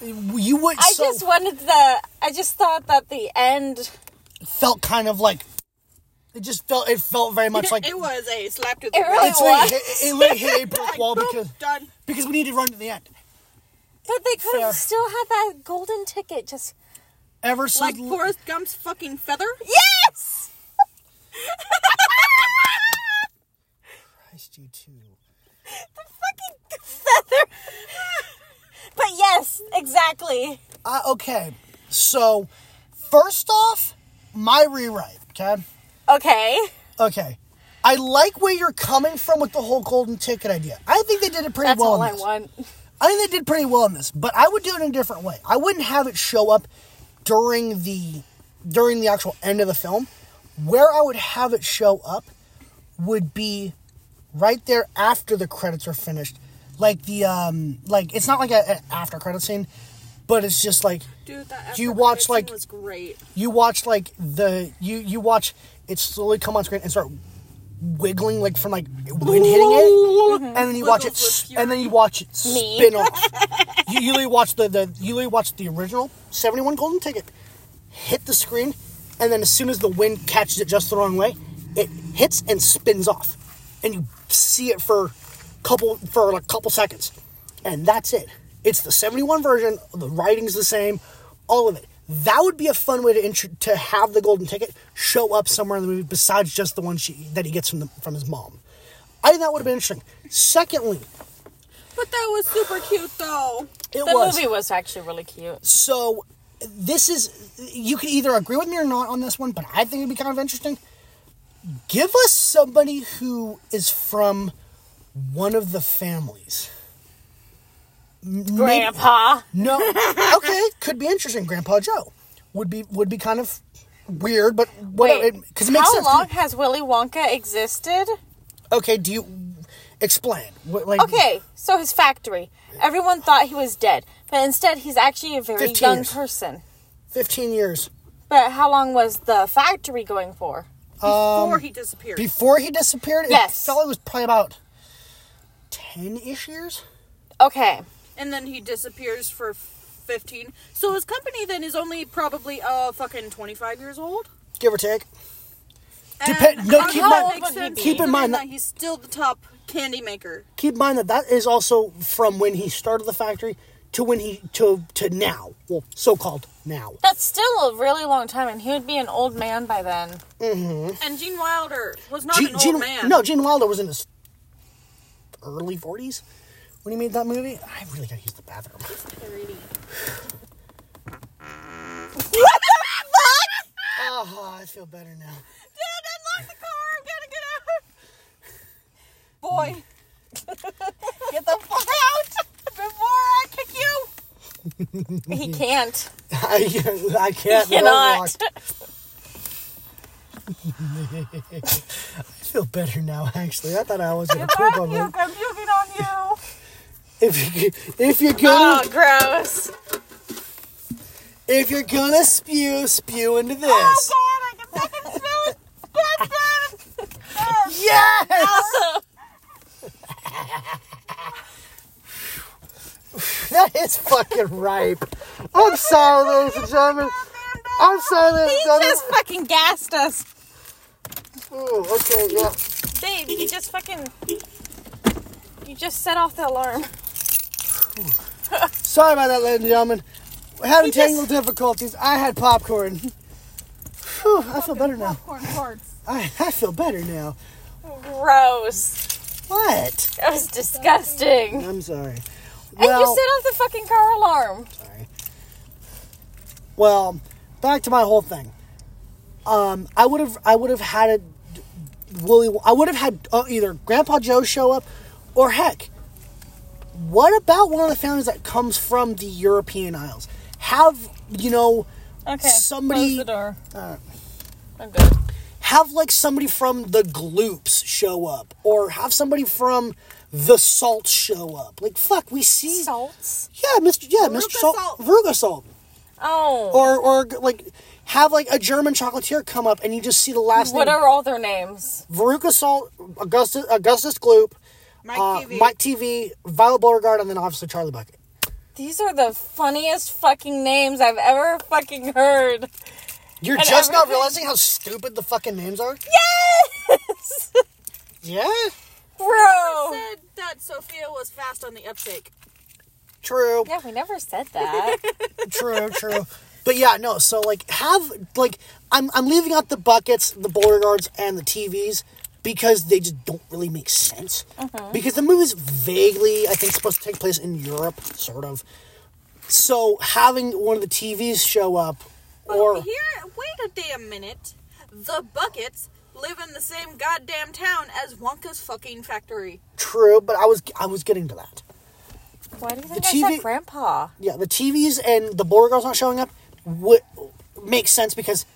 B: You would
A: I
B: so
A: just wanted the. I just thought that the end.
B: felt kind of like it just felt it felt very much like
D: it was a slap to the
A: It really
B: it's
A: was.
B: like it, it like hit a brick wall
D: Boom,
B: because
D: done.
B: because we need to run to the end.
A: But they could
B: Fair.
A: have still had that golden ticket just
B: ever since
D: Like
B: l-
D: Forrest Gump's fucking feather?
C: Yes!
B: Christ, you two.
E: Fucking feather. but yes, exactly.
B: Uh, okay, so first off, my rewrite. Okay,
E: Okay.
B: okay. I like where you're coming from with the whole golden ticket idea. I think they did it pretty
A: That's
B: well.
A: all
B: in
A: I
B: this.
A: want.
B: I think they did pretty well in this, but I would do it in a different way. I wouldn't have it show up during the during the actual end of the film. Where I would have it show up would be right there after the credits are finished. Like the um like it's not like a, an after credit scene, but it's just like
D: Dude, that
B: Do you
D: after
B: watch,
D: credit
B: like-
D: scene was great.
B: you watch like the you you watch it slowly come on screen and start wiggling like from like wind hitting it, and then you watch it,
D: Wiggles
B: s-
D: with
B: and then you watch it spin off. you usually watch the the you usually watch the original seventy one golden ticket hit the screen, and then as soon as the wind catches it just the wrong way, it hits and spins off, and you see it for couple for like a couple seconds, and that's it. It's the seventy one version. The writing's the same, all of it. That would be a fun way to intro- to have the golden ticket show up somewhere in the movie besides just the one she that he gets from the, from his mom. I think that would have been interesting. Secondly,
D: But that was super cute though.
B: it
A: The
B: was
A: movie was actually really cute.
B: so this is you can either agree with me or not on this one but i think it'd be kind of interesting give us somebody who is from one of the families
A: Grandpa.
B: no okay could be interesting grandpa joe would be would be kind of weird but
A: Wait,
B: whatever because it, makes
A: how
B: sense
A: long has Willy Wonka existed?
B: okay do you explain what, like
A: Okay, so his factory. Everyone thought he was dead, but instead he's actually a very
B: 15
A: young
B: years.
A: person.
B: 15 years
A: But how long was the factory going for?
B: Uh, Um,
D: Before he disappeared.
B: before he disappeared
A: Yes.
B: it felt like it was probably about 10-ish years
A: Okay.
D: and then he disappears for 15. So his company then is only probably uh fucking 25 years old.
B: give or take
D: And
B: Depend- no,
D: how
B: keep
D: that
B: mind-
D: makes
A: old would he
D: sense,
A: be?
B: keep in
D: considering
B: mind
D: that
B: that-
D: he's still the top candy maker.
B: keep in mind that that is also from when he started the factory to when he to to now well so-called now
A: That's still a really long time, and he would be an old man by then.
D: And Gene Wilder was not an old
B: Gene-
D: man.
B: no gene wilder was in his early 40s when he made that movie i really gotta use the bathroom
D: Ah.
B: oh i feel better now
C: Boy. Get the fuck out before I kick you!
A: He can't.
B: i, I can't
A: He cannot.
B: walk. i feel better now actually i thought i was gonna poop on
C: Puke,
B: him
C: I'm puking on you!
B: if you if you're gonna
A: Oh, gross.
B: if you're gonna spew spew into this
C: Oh, God, I can fucking smell it! God damn it!
B: Yes! that is fucking ripe. I'm sorry, ladies and gentlemen. I'm sorry, ladies
A: He
B: and
A: just fucking gassed us.
B: gentlemen. Ooh, okay, yeah.
A: Babe, you just fucking. You just set off the alarm.
B: Sorry about that, ladies and gentlemen. We're having technical difficulties. I had popcorn. Whew, I feel better now.
C: Corn cards.
B: I, I feel better now.
A: Gross.
B: What?
A: That was disgusting.
B: I'm sorry.
A: and you set off the fucking car alarm.
B: Sorry. Well, back to my whole thing. Um, I would have, I would have had it. Willy, I would have had uh, either Grandpa Joe show up, or heck, what about one of the families that comes from the European Isles? Have you know
A: Okay.
B: somebody?
A: door.
B: Alright.
A: I'm good.
B: have like somebody from the Gloops show up, or have somebody from the Salt show up. Like fuck, we see.
A: Salts.
B: Yeah, Mr. Yeah, Mr. Salt.
D: Salt.
B: Veruca Salt.
A: Oh.
B: or or like have like a German chocolatier come up and you just see the last
A: Oh, what
B: name
A: are all their names?
B: Veruca Salt, Augustus Augustus Gloop,
D: Mike
B: uh,
D: TV.
B: Mike TV, Violet Beauregard, and then obviously Charlie Bucket.
A: These are the funniest fucking names I've ever fucking heard.
B: You're
A: And
B: just not
A: everything-
B: realizing how stupid the fucking names are.
A: Yes!
B: Yeah,
A: Bro!
D: said that Sophia was fast on the uptake.
B: true,
A: Yeah, we never said that.
B: true, true. But yeah, no. So like, have like I'm I'm leaving out the buckets, the Beauregards, and the TVs because they just don't really make sense. Because the movie's vaguely, I think, supposed to take place in Europe, sort of. So having one of the TVs show up, or
C: Here, wait a damn minute. The buckets live in the same goddamn town as Wonka's fucking factory.
B: true, but I was I was getting to that.
A: Why do you think I
B: TV
A: said grandpa?
B: Yeah, the TVs and the Beauregards not showing up would makes sense because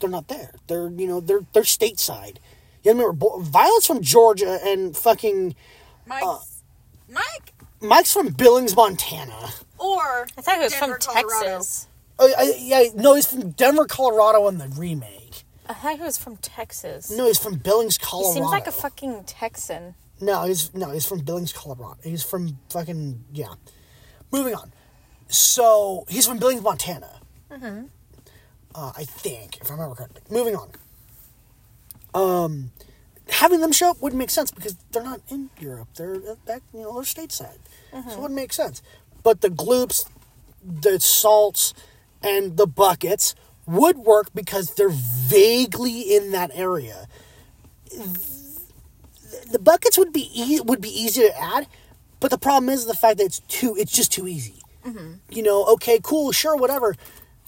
B: they're not there. They're you know they're they're stateside. You remember Bo- Violet's from Georgia and fucking
C: Mike's.
B: Uh.
C: Mike?
B: Mike's from Billings, Montana.
C: Or.
A: I thought he was
C: Denver,
A: from
C: Colorado.
A: Texas.
B: Oh, I, yeah, no, he's from Denver, Colorado in the remake.
A: I thought he was from Texas.
B: No, he's from Billings,
A: he
B: Colorado.
A: seems like a fucking Texan.
B: No, he's no, he's from Billings, Colorado. He's from fucking yeah. Moving on. So he's from Billings, Montana. Mm-hmm. Uh, I think, if I remember correctly. Moving on. Um, having them show up wouldn't make sense because they're not in Europe. They're uh, back, you know, they're stateside, so it wouldn't make sense. But the gloops, the salts, and the buckets would work because they're vaguely in that area the buckets would be e- would be easy to add, but the problem is the fact that it's too it's just too easy. You know, okay, cool, sure, whatever.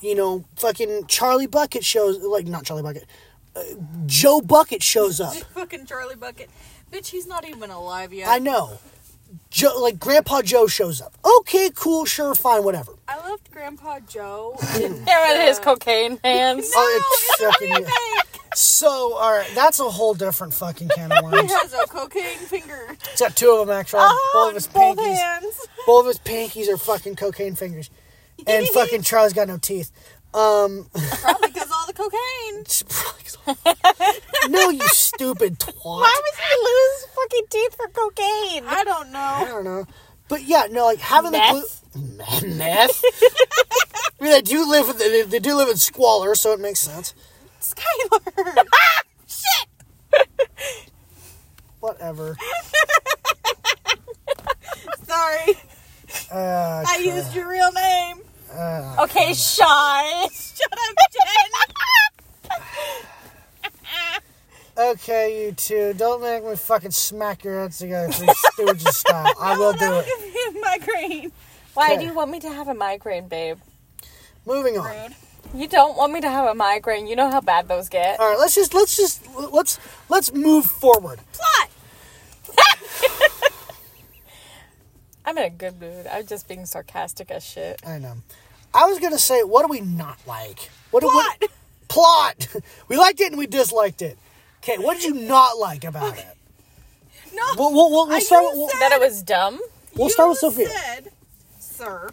B: You know, fucking Charlie Bucket shows like not Charlie Bucket, uh, Joe Bucket shows up.
C: Fucking Charlie Bucket. Bitch, he's not even alive yet.
B: I know, Joe like Grandpa Joe shows up. Okay, cool, sure, fine, whatever.
C: I loved Grandpa Joe.
A: Him and his cocaine hands.
B: Oh, it's fucking- so all right, that's a whole different fucking can of worms.
C: he has a cocaine finger.
B: It's got two of them actually. both of his
C: both
B: pinkies.
C: hands.
B: Both of his pinkies are fucking cocaine fingers, and fucking Charlie's got no teeth. Um,
C: Probably because all the cocaine.
B: no, you stupid twat.
A: Why would he lose his fucking teeth for cocaine?
C: I don't know.
B: I don't know. But yeah, no, like having
A: Meth?
B: the glue. Meth. I mean, they do live. in- They, they do live in squalor, so it makes sense.
C: Skylar.
B: Whatever.
C: Sorry.
B: Uh,
C: I used your real name.
B: ah.
A: Okay, shy.
C: Shut up, Jen.
B: okay, you two, don't make me fucking smack your heads together, for stooges style. I will do it.
C: Migraine.
A: Why
B: Okay.
A: do you want me to have a migraine, babe?
B: Moving on.
A: You don't want me to have a migraine. You know how bad those get.
B: All right, let's just let's just let's let's move forward.
A: I'm in a good mood. I'm just being sarcastic as shit.
B: I know. I was gonna say, what do we not like? What do we plot? We liked it and we disliked it. Okay, what did you not like about it?
C: No.
B: We'll, we'll, we'll, we'll start. With, we'll,
A: That it was dumb.
B: we'll
C: you
B: start with Sophia.
C: said, sir,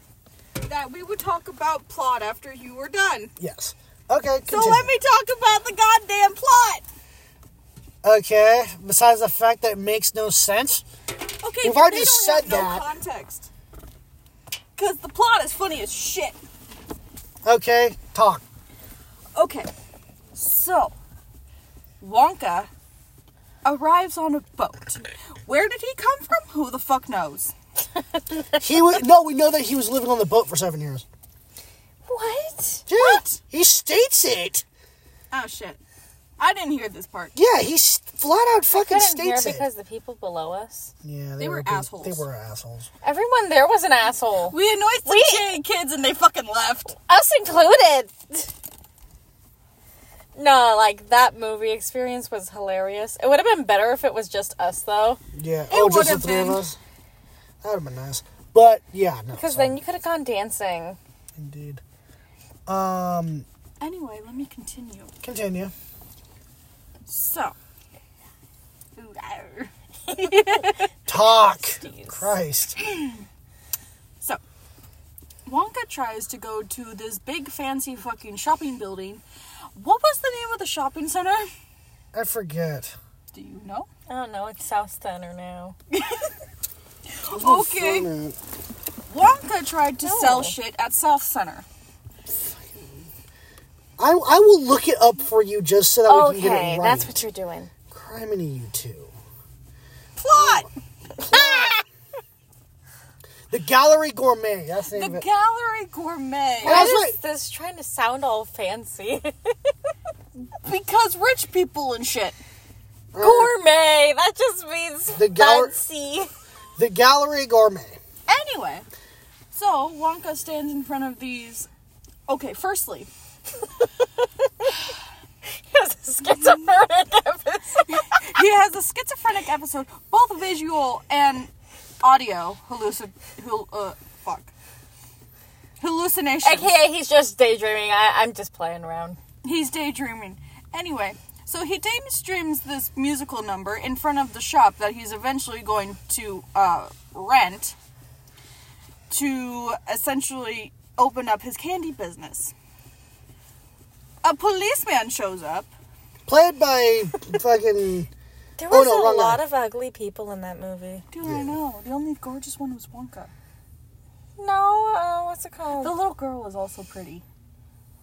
C: that we would talk about plot after you were done.
B: Yes. Okay.
C: So
B: Continue.
C: let me talk about the goddamn plot.
B: Okay. Besides the fact that it makes no sense.
C: Okay,
B: We've
C: but
B: already
C: they don't
B: said
C: have
B: that.
C: No context. Because the plot is funny as shit.
B: Okay. Talk.
C: Okay, so Wonka arrives on a boat. Where did he come from? Who the fuck knows?
B: He was no. We know that he was living on the boat for seven years.
A: What?
B: Yeah, He states it.
C: Oh shit. I didn't hear this part.
B: Yeah. He s- flat out fucking
A: Couldn't hear
B: states it.
A: because the people below us.
B: yeah. They,
C: were
B: being-
C: assholes.
B: They were assholes.
A: Everyone there was an asshole.
C: We annoyed some
A: We-
C: shitty kids and they fucking left.
A: Us included. no, like that movie experience was hilarious. It would have been better if it was just us though,
B: Yeah. oh, just the
C: would've
B: three of
C: been.
B: us. That would have been nice. But yeah, no.
A: because
B: so-
A: then you could have gone dancing.
B: indeed. Um,
C: Anyway, let me continue.
B: continue.
C: So.
B: Talk. Christ.
C: So. Wonka tries to go to this big fancy fucking shopping building. What was the name of the shopping center?
B: I forget.
C: Do you know?
A: I don't know. It's South Center now.
C: Okay. Wonka tried to sell shit at South Center.
B: I, I will look it up for Oh, you just so that we can get it
A: Okay,
B: right.
A: that's what you're doing.
B: Criminy, you two.
C: Plot!
B: The The Gallery Gourmet. That's the, name of
C: The
B: it.
C: gallery gourmet.
B: And I was
A: This,
B: like,
A: this is trying to sound all fancy.
C: Because rich people and shit.
A: Gourmet. That just means
B: The gal-
A: fancy.
B: the Gallery Gourmet.
C: Anyway, so Wonka stands in front of these. Okay, firstly,
A: It's a schizophrenic episode.
C: he has a schizophrenic episode, both visual and audio hallucin. Hul- uh, fuck. Hallucination.
A: AKA, he's just daydreaming. I, I'm just playing around.
C: He's daydreaming. Anyway, so he daydreams this musical number in front of the shop that he's eventually going to uh, rent to essentially open up his candy business. A policeman shows up.
B: Played by fucking.
E: There
B: Oh,
E: was
B: no,
E: a
B: wrong
E: lot
B: guy.
E: of ugly people in that movie.
C: Dude, I know. The only gorgeous one was Wonka.
E: No, uh, what's it called?
C: The little girl was also pretty.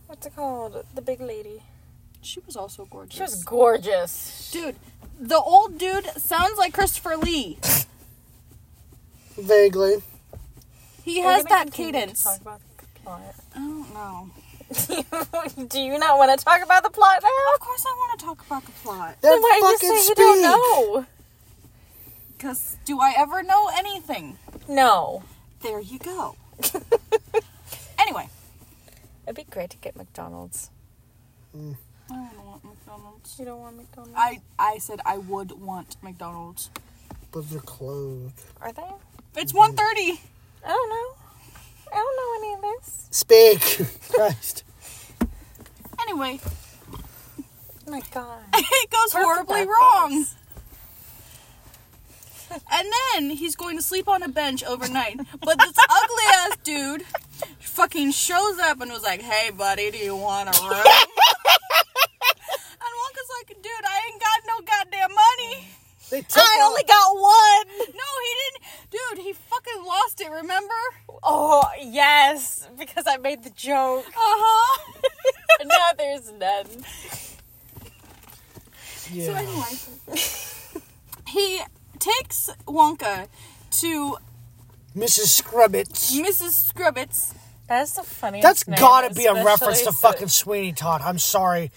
E: what's it called? The big lady.
C: She was also gorgeous.
A: She was gorgeous.
C: Dude, the old dude sounds like Christopher Lee.
B: Vaguely.
C: He
A: We're
C: has
A: gonna
C: that
A: continue to
C: cadence.
A: talk about the plot.
C: I don't know.
A: Do you not want to talk about the plot now?
C: Of course, I want to talk about the plot.
B: They're
A: Then why you
B: fucking
A: say you
B: speak.
A: don't know?
C: Because do I ever know anything?
A: No.
C: There you go. anyway.
A: It'd be great to get McDonald's.
C: I don't want McDonald's.
A: You don't want McDonald's?
C: I, I said I would want McDonald's.
B: But they're closed.
A: Are they?
C: It's 1.30.
A: I don't know. I don't know any of this.
B: Speak. Christ.
C: Anyway,
A: Oh my god.
C: it goes horribly wrong. And then he's going to sleep on a bench overnight. But this ugly ass dude fucking shows up and was like, hey, buddy, do you want a room? and Wonka's like, dude, I ain't got no goddamn money.
B: They took all-
A: got one!
C: No, he didn't. Dude, he fucking lost it, remember? Uh
A: Oh, yes, because I made the joke.
C: huh.
A: now there's none.
B: Yeah.
C: So anyway, he takes Wonka to
B: Mrs. Scrubbits.
C: Mrs. Scrubbits.
A: That's the funniest
B: That's
A: name,
B: gotta be a
A: especially
B: reference to
A: si-
B: fucking Sweeney Todd. I'm sorry.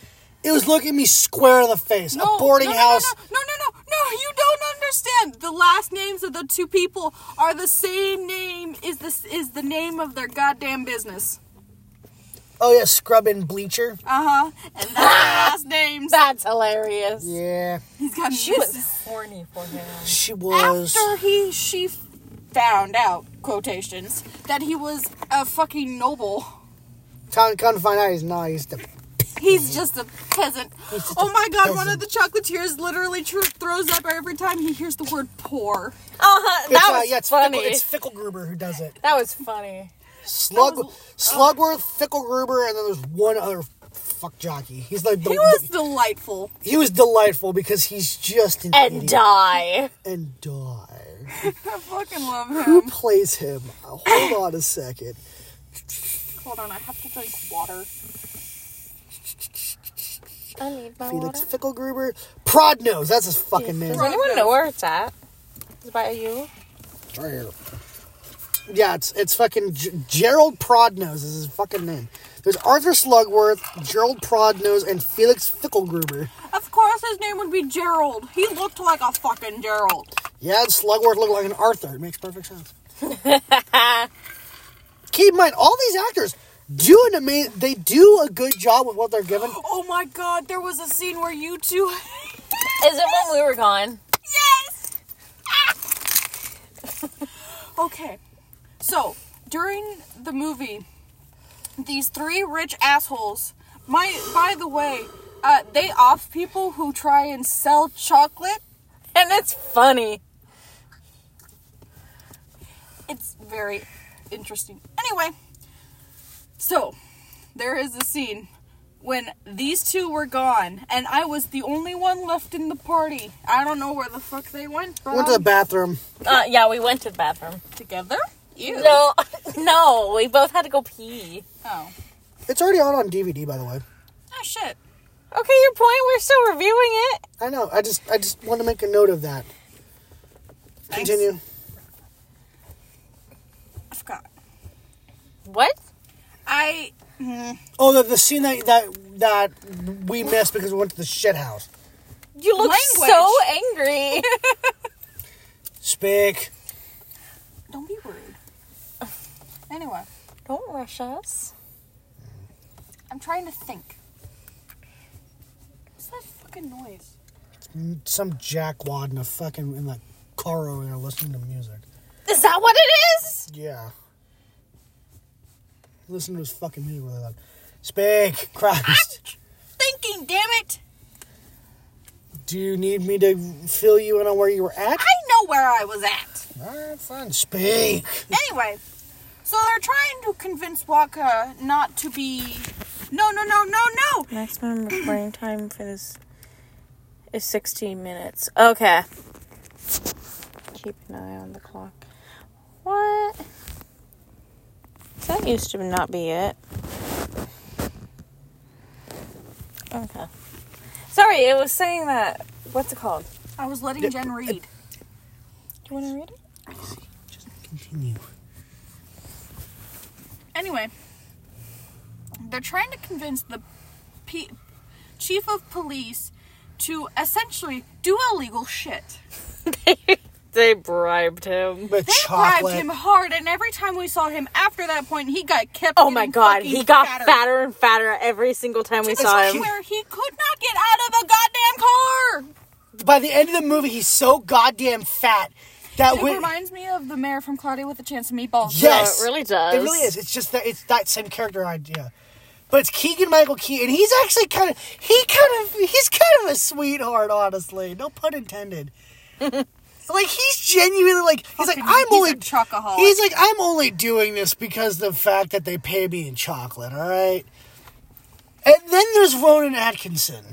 B: It was looking me square in the face.
C: No,
B: a boarding
C: no, no,
B: house.
C: No, no, no, no, no, you don't understand. The last names of the two people are the same name. Is this is the name of their goddamn business?
B: Oh yeah, scrubbing bleacher.
C: Uh huh. And that's their last names.
A: That's hilarious.
B: Yeah,
C: He's got
A: She was horny for him.
B: she was.
C: after he she f- found out quotations that he was a fucking noble.
B: Time come to find out he's not. He's the.
C: He's just a peasant.
B: Mm-hmm. just
C: oh
B: a
C: my god, one
B: peasant.
C: of the chocolatiers literally tr- throws up every time he hears the word poor.
A: Uh-huh,
B: It's,
A: that
B: uh,
A: was
B: yeah, it's
A: funny.
B: Fickle, it's Fickle Gruber who does it.
A: that uh, was funny.
B: Slug, Slugworth, Fickle Gruber, and then there's one other fuck jockey. He's like the,
C: He was delightful.
B: he was delightful because he's just an
A: And
B: idiot.
A: die.
B: and die.
C: I fucking love
B: Who
C: him.
B: plays him? Uh, Hold on a second.
C: Hold on, I have to drink water.
E: I need my
B: Felix Fickle Gruber, Prodnos. That's his fucking name.
E: Does anyone know where it's at? Is it by you?
B: Right here. Yeah, it's it's fucking G- Gerald Prodnose is his fucking name. There's Arthur Slugworth, Gerald Prodnose, and Felix Ficklegruber.
C: Of course, his name would be Gerald. He looked like a fucking Gerald.
B: Yeah, and Slugworth looked like an Arthur. It makes perfect sense. Keep in mind, all these actors do an amazing. They do a good job with what they're given.
C: Oh my god, there was a scene where you two.
A: Is it when we were gone?
C: yes! Ah! okay, so during the movie, these three rich assholes. My, by the way, uh, they off people who try and sell chocolate.
A: And it's funny.
C: It's very interesting. Anyway, so there is a scene when these two were gone, and I was the only one left in the party. I don't know where the fuck they went from.
B: Went to the bathroom.
A: Uh, yeah, we went to the bathroom.
C: together. You
A: No, no, we both had to go pee.
C: Oh,
B: It's already out on DVD, by the way.
C: oh shit.
A: Okay, your point. We're still reviewing it.
B: I know. I just I just want to make a note of that. Continue.
A: What?
C: I
B: Oh, the, the scene that, that that we missed because we went to the shit house.
A: You look
C: Language.
A: so angry.
B: Speak.
C: don't be rude. Anyway,
A: Don't rush us.
C: I'm trying to think. What's that fucking noise?
B: Some jackwad in a fucking in the car over there listening to music.
A: Is that what it is?
B: Yeah. Listen to his fucking music really loud. Speak, Christ.
C: Thinking, damn it!
B: Do you need me to fill you in on where you were at?
C: I know where I was at.
B: All right, fine. Speak.
C: Anyway, so they're trying to convince Waka not to be. No, no, no, no, no!
E: Maximum recording time for this is 16 minutes. Okay. Keep an eye on the clock. What? That used to not be it. Okay. Sorry, it was saying that. What's it called?
C: I was letting Jen
E: Do
C: read.
E: you want to read it?
B: Continue.
C: Anyway, they're trying to convince the P- chief of police to essentially do illegal shit.
E: They bribed him.
B: But
C: They
B: chocolate.
C: bribed him hard, and every time we saw him after that point, he got kept.
A: Oh my
C: getting
A: god,
C: fucking
A: he got
C: fatter.
A: fatter. and fatter every single time we
C: To the
A: saw
B: Um,
C: point
A: him.
C: Where he could not get out of a goddamn car.
B: By the end of the movie, he's so goddamn fat that
C: It
B: we.
C: reminds me of the mayor from Claudia with a Chance of Meatballs.
B: Yes,
A: Yeah, it really does.
B: It really is. It's just that it's that same character idea, but it's Keegan Michael Key, and he's actually kind of he kind of he's kind of a sweetheart, honestly. No pun intended. like he's genuinely like he's like
C: Fucking-
B: I'm
C: he's
B: only
C: a chocoholic."
B: He's like I'm only doing this because the fact that they pay me in chocolate. All right. And then there's Ronan Atkinson.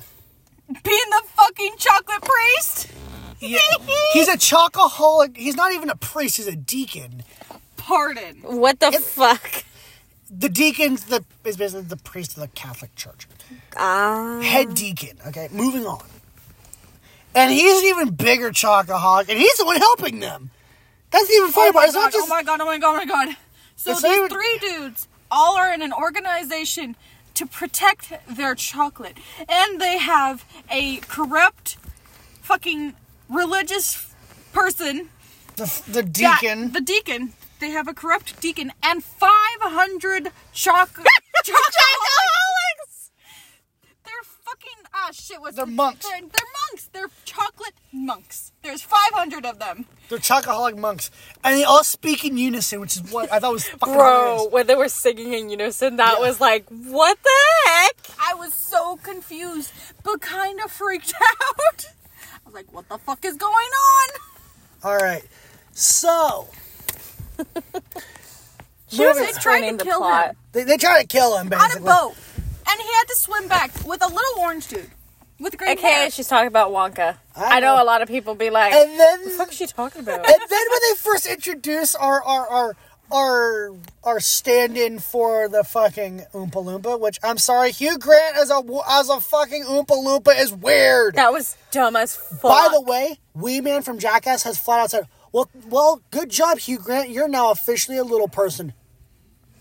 C: Being the fucking chocolate priest.
B: Yeah. he's a chocoholic. He's not even a priest. He's a deacon.
C: Pardon.
A: What the fuck?
B: The deacon's the is basically the priest of the Catholic Church.
A: Ah.
B: head deacon. Okay, moving on. And he's an even bigger chocoholic, and he's the one helping them. That's the even funny
C: Oh
B: part.
C: my,
B: It's not
C: god,
B: just
C: oh my god, oh my god, oh my god. So
B: It's
C: these
B: not even-
C: three dudes all are in an organization to protect their chocolate. And they have a corrupt fucking religious person.
B: the, the
C: that-
B: deacon.
C: the deacon. They have a corrupt deacon and 500 chocolate. Chocoholics! They're fucking. Ah, shit, what's
B: They're
C: the-
B: monks.
C: They're, they're monks. They're chocolate monks. There's 500 of them.
B: They're chocoholic monks, and they all speak in unison, which is what I thought was fucking
A: Bro,
B: hilarious.
A: when they were singing in unison, that
B: Yeah.
A: was like, what the heck?
C: I was so confused, but kind of freaked out. I was like, what the fuck is going on?
B: All right, so
A: Here's
C: They tried to kill him
B: they, they try to kill him
C: on a
B: basically.
C: boat, and he had to swim back with a little orange dude with green
A: Okay,
C: hair.
A: she's talking about Wonka.
B: I
A: I know, a lot of people be like,
B: And then,
A: the fuck is she talking about?
B: and then when they first introduce our our our our our stand-in for the fucking Oompa Loompa, which I'm sorry, Hugh Grant as a as a fucking Oompa Loompa is weird.
A: that was dumb as fuck.
B: By the way, Wee Man from Jackass has flat out said, "Well, well, good job, Hugh Grant. You're now officially a little person.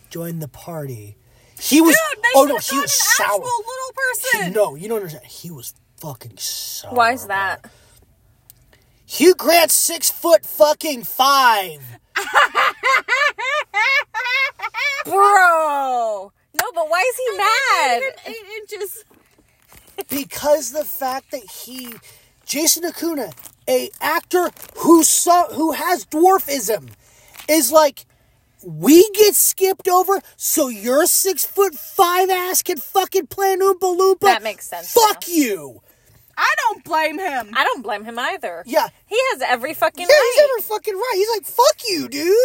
B: Join the party." He was.
C: Dude, they
B: oh
C: should
B: no,
C: have
B: he
C: gotten an
B: was sour.
C: actual little person.
B: No, you don't understand. He was fucking sour.
A: why is that?
B: Hugh Grant's six foot fucking five.
A: Bro! No, but why is he mad?
C: Eight inches.
B: because the fact that he Jason Acuna, a actor who saw who has dwarfism, is like we get skipped over so your six foot five ass can fucking play an Oompa Loompa.
A: That makes sense
B: Fuck you.
C: I don't blame him.
A: I don't blame him either.
B: Yeah.
A: He has every fucking
B: Yeah, he's
A: right.
B: never fucking right. He's like, fuck you, dude.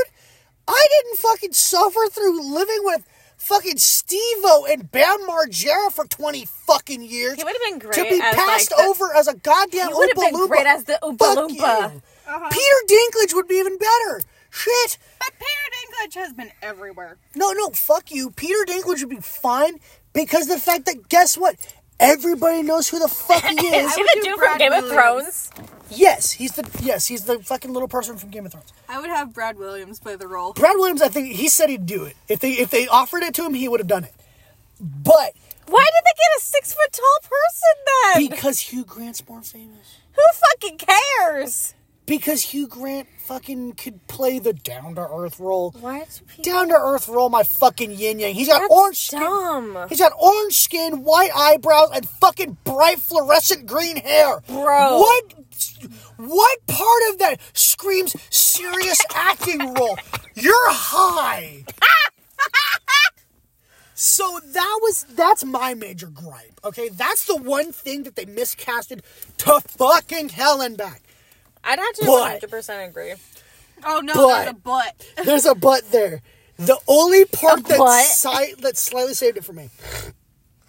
B: I didn't fucking suffer through living with fucking Steve-O and Bam Margera for 20 fucking years.
A: He would've been great
B: To be
A: as,
B: passed
A: like, the-
B: over as a goddamn
A: He
B: Oompa
A: would've been
B: Loompa.
A: great as the Oompa
B: Fuck
A: Loompa.
B: you. Peter Dinklage would be even better. Shit.
C: But Peter Dinklage has been everywhere.
B: No, no, fuck you. Peter Dinklage would be fine because the fact that, guess what? Everybody knows who the fuck he is.
A: Is he the dude from Game of Thrones?
B: yes, he's the yes, he's the fucking little person from Game of Thrones.
C: I would have Brad Williams play the role.
B: Brad Williams, I think he said he'd do it. If they if they offered it to him, he would have done it. But
A: Why did they get a six foot tall person then?
B: because Hugh Grant's more famous.
A: Who fucking cares?
B: Because Hugh Grant fucking could play the down to earth role.
A: Why do people?
B: Down to earth role, my fucking yin yang. He's got
A: That's
B: orange skin.
A: dumb.
B: He's got orange skin, white eyebrows, and fucking bright fluorescent green hair.
A: Bro.
B: What what part of that screams serious acting role? You're high. So that was that's my major gripe. Okay, that's the one thing that they miscasted to fucking hell and back.
F: I'd have to
B: But-
F: 100% agree.
C: Oh no,
B: But-
C: there's a butt.
B: There's a but there. The only part
A: but?
B: that, si- that slightly saved it for me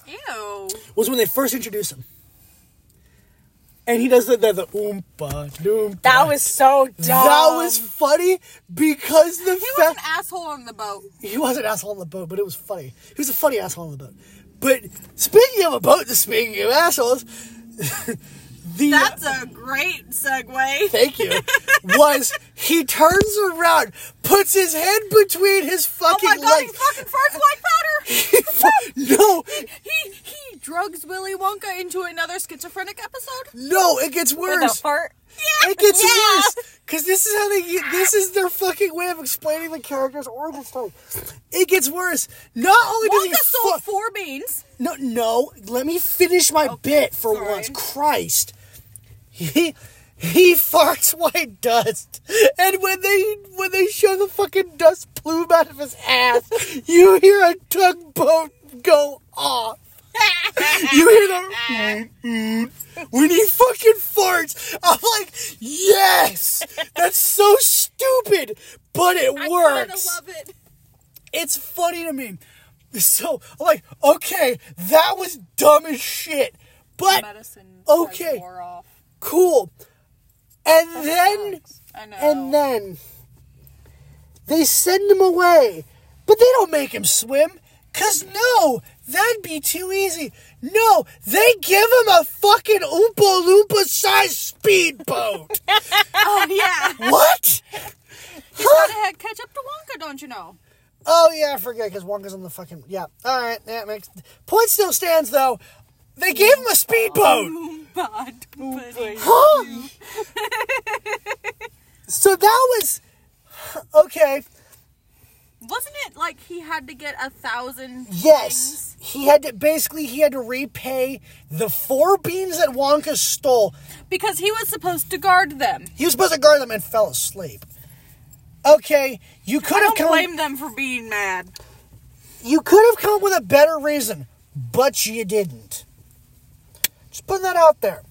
C: Ew.
B: was when they first introduced him. And he does the, the, the oompa doompa.
A: That was so dumb.
B: That was funny because the
C: He was
B: fact
C: an asshole on the boat.
B: he was an asshole on the boat, but it was funny. He was a funny asshole on the boat. But speaking of a boat, speaking of assholes, the
C: That's a great segue.
B: thank you was he turns around, puts his head between his
C: Oh
B: fucking
C: my god, he
B: legs.
C: fucking farts white powder.
B: no,
C: He he drugs Willy Wonka into another schizophrenic episode.
B: no, it gets
A: With a
B: worse.
A: fart.
B: It gets worse because this is how they. get- This is their fucking way of explaining the character's origin story. It gets worse. Not only does he
C: Wonka sold
B: fuck-
C: four beans.
B: no, no. Let me finish my bit for once. Christ, he he farts white dust, and when they when they show the fucking dust plume out of his ass, you hear a tugboat go off. you hear that? When he fucking farts, I'm like, yes, that's so stupid, but it works
C: I love it.
B: it's funny to me. So I'm like, okay, that was dumb as shit. But
C: Medicine.
B: okay,
C: Wore off.
B: cool. And then
C: I know.
B: and then they send him away, but they don't make him swim. Cause no, that'd be too easy. No, they give him a fucking Oompa Loompa sized speedboat.
C: oh yeah.
B: what?
C: Gotta have catch up to Wonka, don't you know?
B: Oh yeah, I forget because Wonka's on the fucking yeah. All right, that makes point still stands though. They gave him a speedboat,
C: But but-
B: huh? so that was okay.
C: wasn't it like he had to get a thousand?
B: Yes, he had to basically he had to repay the four beans that Wonka stole.
C: Because he was supposed to guard them.
B: He was supposed to guard them and fell asleep. Okay, you could have
C: Don't
B: come.
C: blame them for being mad.
B: You could have come up with a better reason, but you didn't. Just putting that out there.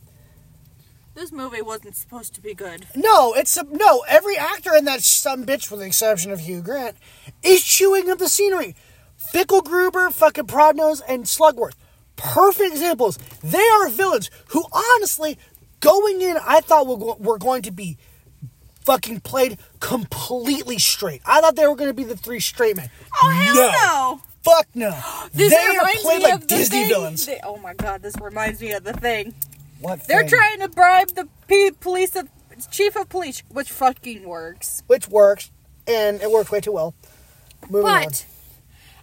C: This movie wasn't supposed to be good.
B: No, it's a, no. Every actor in that some bitch, with the exception of Hugh Grant, is chewing up the scenery. Fickle Gruber, fucking Prodnos, and Slugworth, perfect examples. They are villains who, honestly, going in, I thought were, go- were going to be fucking played completely straight. I thought they were going to be the three straight men.
C: Oh hell no!
B: Fuck no.
C: This
B: they are
C: reminds
B: played
C: me
B: like
C: of the
B: Disney
C: thing-
B: villains.
C: they- oh my god, this reminds me of the thing.
B: What?
C: They're
B: thing?
C: trying to bribe the p- police, of, chief of police, which fucking works.
B: which works, and it worked way too well. Moving on.
C: But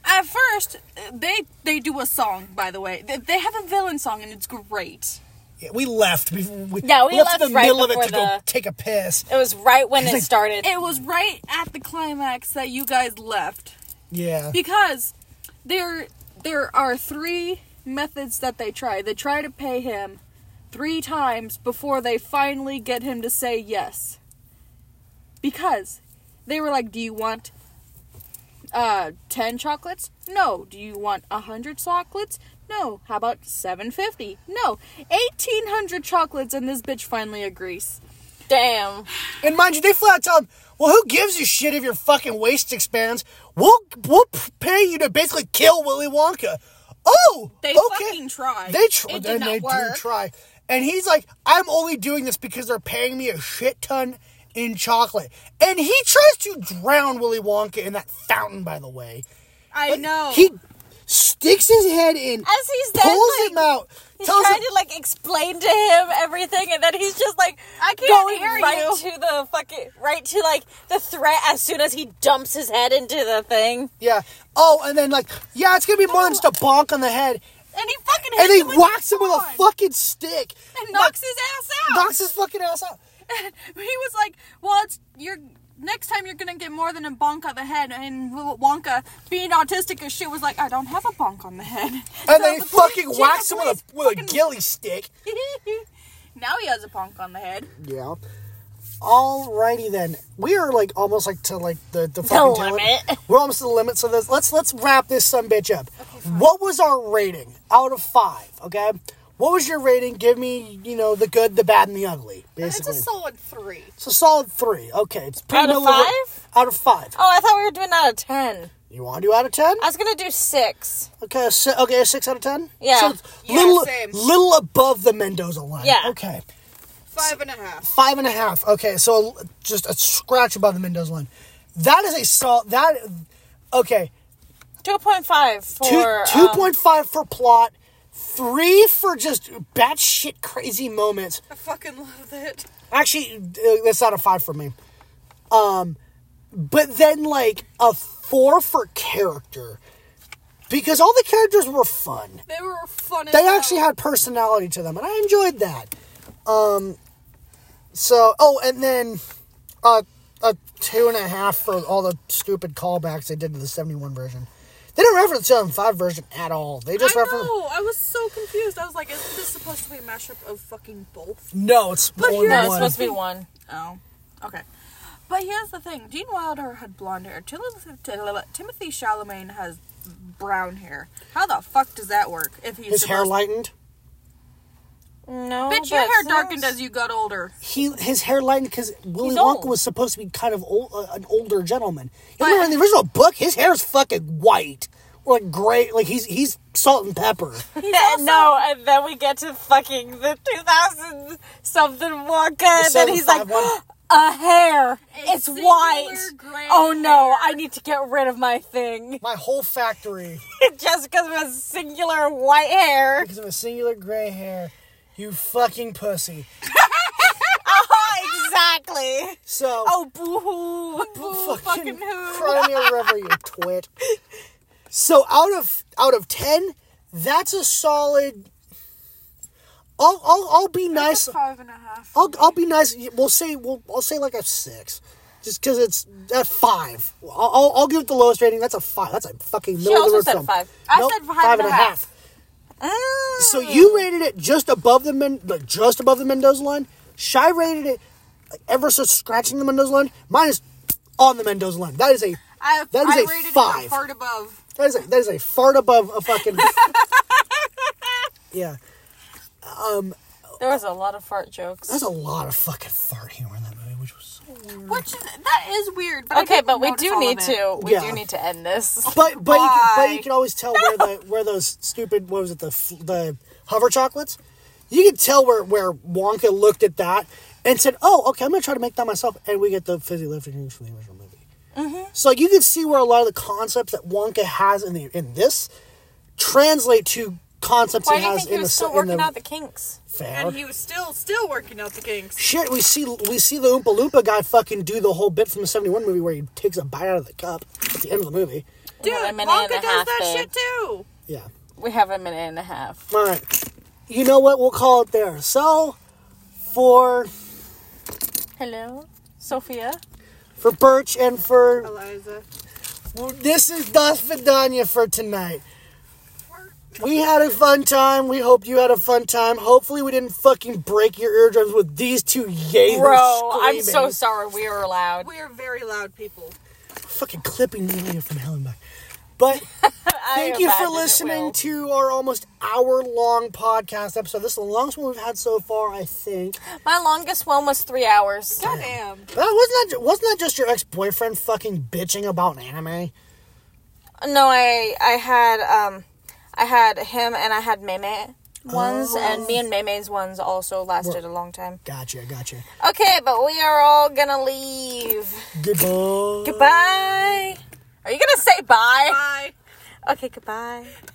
C: at first, uh, they they do a song. By the way, they, they have a villain song, and it's great.
B: Yeah, we left. We, we,
A: Yeah, we
B: left,
A: left
B: in the
A: right
B: middle of it
A: before
B: to go
A: the-
B: take a piss.
A: It was right when it started.
C: It was right at the climax that you guys left.
B: Yeah.
C: because there there are three methods that they try. They try to pay him three times before they finally get him to say yes. Because they were like, "Do you want uh 10 chocolates? No. Do you want 100 chocolates? No. How about 750? No. 1800 chocolates and this bitch finally agrees.
A: Damn.
B: And mind you, they flat tell him, well, who gives a shit if your fucking waist expands? We'll, we'll p- pay you to basically kill Willy Wonka. Oh!
C: They
B: okay.
C: fucking tried.
B: They try.
C: It did
B: and
C: not
B: they
C: work.
B: do try. And he's like, I'm only doing this because they're paying me a shit ton in chocolate. And he tries to drown Willy Wonka in that fountain, by the way.
C: I know.
B: He s- sticks his head in,
A: As he's there,
B: pulls
A: like,
B: him out,
A: He's
B: tells him,
A: trying to like explain to him everything, and then he's just like, I can't going
C: hear
A: right
C: you.
A: to the fucking right to like the threat as soon as he dumps his head into the thing.
B: yeah. Oh, and then like, yeah, it's gonna be more than just a bonk on the head.
C: And he fucking hits
B: And he
C: him with
B: whacks him with
C: baton
B: a fucking stick.
C: and knocks his ass out.
B: Knocks his fucking ass out.
C: he was like, "Well, it's you're next time you're gonna get more than a bonk on the head." And Wonka, being autistic as shit, was like, "I don't have a bonk on the head."
B: And then he
C: the
B: fucking
C: police-
B: whacks him
C: yeah,
B: with a with a gilly stick.
C: now he has a bonk on the head.
B: Yeah. Alrighty then. We are like almost like to like the the fucking talent-
A: limit.
B: We're almost to the limit. So this, let's let's wrap this some bitch up. what was our rating out of five? Okay. What was your rating? Give me you know the good, the bad, and the ugly. Basically, it's a,
C: solid three.
B: solid three. Okay, it's
A: Out of
B: middle the ra-
A: five?
B: Out of five.
A: Oh, I thought we were doing out of ten.
B: You want to do out of ten?
A: I was gonna do six.
B: Okay, a si- okay, a six out of ten.
A: Yeah.
B: so it's
C: Yeah,
B: little
C: same.
B: little above the Mendoza line.
A: Yeah.
B: okay.
C: Five and a half.
B: five and a half. Okay, so just a scratch above the Mendoza line. That is a salt. That okay.
A: Two point five
B: Two
A: for
B: two
A: um,
B: point five for plot. Three for just batshit crazy moments.
C: I fucking love that.
B: Actually, uh, that's not a five for me. Um, but then like a four for character because all the characters were fun.
C: They were fun. as
B: They
C: hell.
B: actually had personality to them, and I enjoyed that. Um, so oh, and then uh, a two and a half for all the stupid callbacks they did to the '71 version. They didn't reference the 2005 version at all. They
C: I
B: just reference
C: know. I was so confused. I was like, "Isn't this supposed to be a mashup of fucking both?"
B: no, it's only
A: No, it's
B: one.
A: supposed to be one.
C: Oh, okay. But here's the thing: Gene Wilder had blonde hair. Tim- Tim- Timothy Chalamet has brown hair. How the fuck does that work? If he's Oh,
B: His hair
C: supposed-
B: lightened.
A: No,
C: Bitch, your hair
A: that's-
C: darkened as you got older.
B: He his hair lightened because Willy
A: He's
B: Wonka
A: old.
B: was supposed to be kind of old, uh, an older gentleman. You
C: But-
B: remember in the original book, his hair is fucking white or like gray. Like he's he's salt and pepper.
A: Yeah, no, and then we get to fucking the 2000 something Wonka, and then he's like,
B: 751.
A: a hair. It's
C: singular
A: white.
C: gray
A: Oh no,
C: hair."
A: I need to get rid of my thing.
B: My whole factory.
A: Just because of a singular white hair.
B: because of a singular gray hair. You fucking pussy.
A: Oh, exactly.
B: So
A: Oh, boo hoo.
B: fucking cry me a river, you twit. So out of out of ten, that's a solid. I'll I'll, I'll be nice.
C: Five and a half.
B: I'll I'll be nice. We'll say we'll I'll say like a six, just because it's at five. I'll, I'll I'll give it the lowest rating. That's a five. That's a fucking middle of the
A: also
B: road
A: said
B: film.
A: five.
C: I said five and a half. Oh.
B: So you rated it just above the men, like just above the Mendoza line. Shy rated it like, ever so scratching the Mendoza line. Mine is on the Mendoza line. That is a
C: I,
B: That is
C: I
B: a
C: rated it
B: five.
C: a fart above.
B: that is a that is a fart above a fucking. yeah,
A: There was a lot of fart jokes.
B: there's a lot of fucking fart humor in that movie, which was. So...
C: Which is, that is weird. Mm. But I
A: Okay,
C: didn't
A: but we
C: notice
A: do
C: all
A: need
C: of it.
A: to. We
B: Yeah.
A: do need to end this.
B: But but you can, but
C: Why?
B: you can always tell where the where those stupid what was it the f- the hover chocolates. You can tell where where Wonka looked at that and said, "Oh, okay, I'm gonna try to make that myself," and we get the fizzy lifting drinks from the original movie.
A: Mm-hmm.
B: So like you can see where a lot of the concepts that Wonka has in the in this translate to concepts
A: Why
B: he
A: do you
B: has
A: think he
B: in the
A: was
B: s-
A: still
B: in
A: working
B: the
A: out the kinks?
B: fair.
C: And he was still still working out the kinks.
B: Shit, we see we see the Oompa Loompa guy fucking do the whole bit from the '71 movie where he takes a bite out of the cup at the end of the movie.
C: Dude,
A: Another minute
C: Wonka
A: and a
C: does
A: half,
C: that
A: babe.
C: shit too.
B: Yeah.
A: We have a minute and a half.
B: All right. You know what? We'll call it there. So, for
A: Hello, Sophia.
B: for Birch and for
C: Eliza.
B: this is Das Vidania for tonight. We had a fun time. We hope you had a fun time. Hopefully, we didn't fucking break your eardrums with these two yays.
A: Bro, I'm so
B: screaming.
A: sorry we were loud.
C: We are very loud people.
B: fucking clipping the audio from hell and back. But thank you for
A: imagine it
B: listening
A: will.
B: to our almost hour long podcast episode. This is the longest one we've had so far, I think.
A: My longest one was three hours.
C: God damn.
B: But Uh, wasn't that wasn't that just your ex boyfriend fucking bitching about anime?
A: No, I I had um I had him and I had Meme ones and me and Meme's ones also lasted a long time.
B: Gotcha, gotcha.
A: Okay, but we are all gonna leave.
B: Goodbye.
A: Goodbye. Are you gonna say bye?
C: Bye.
A: Okay, goodbye.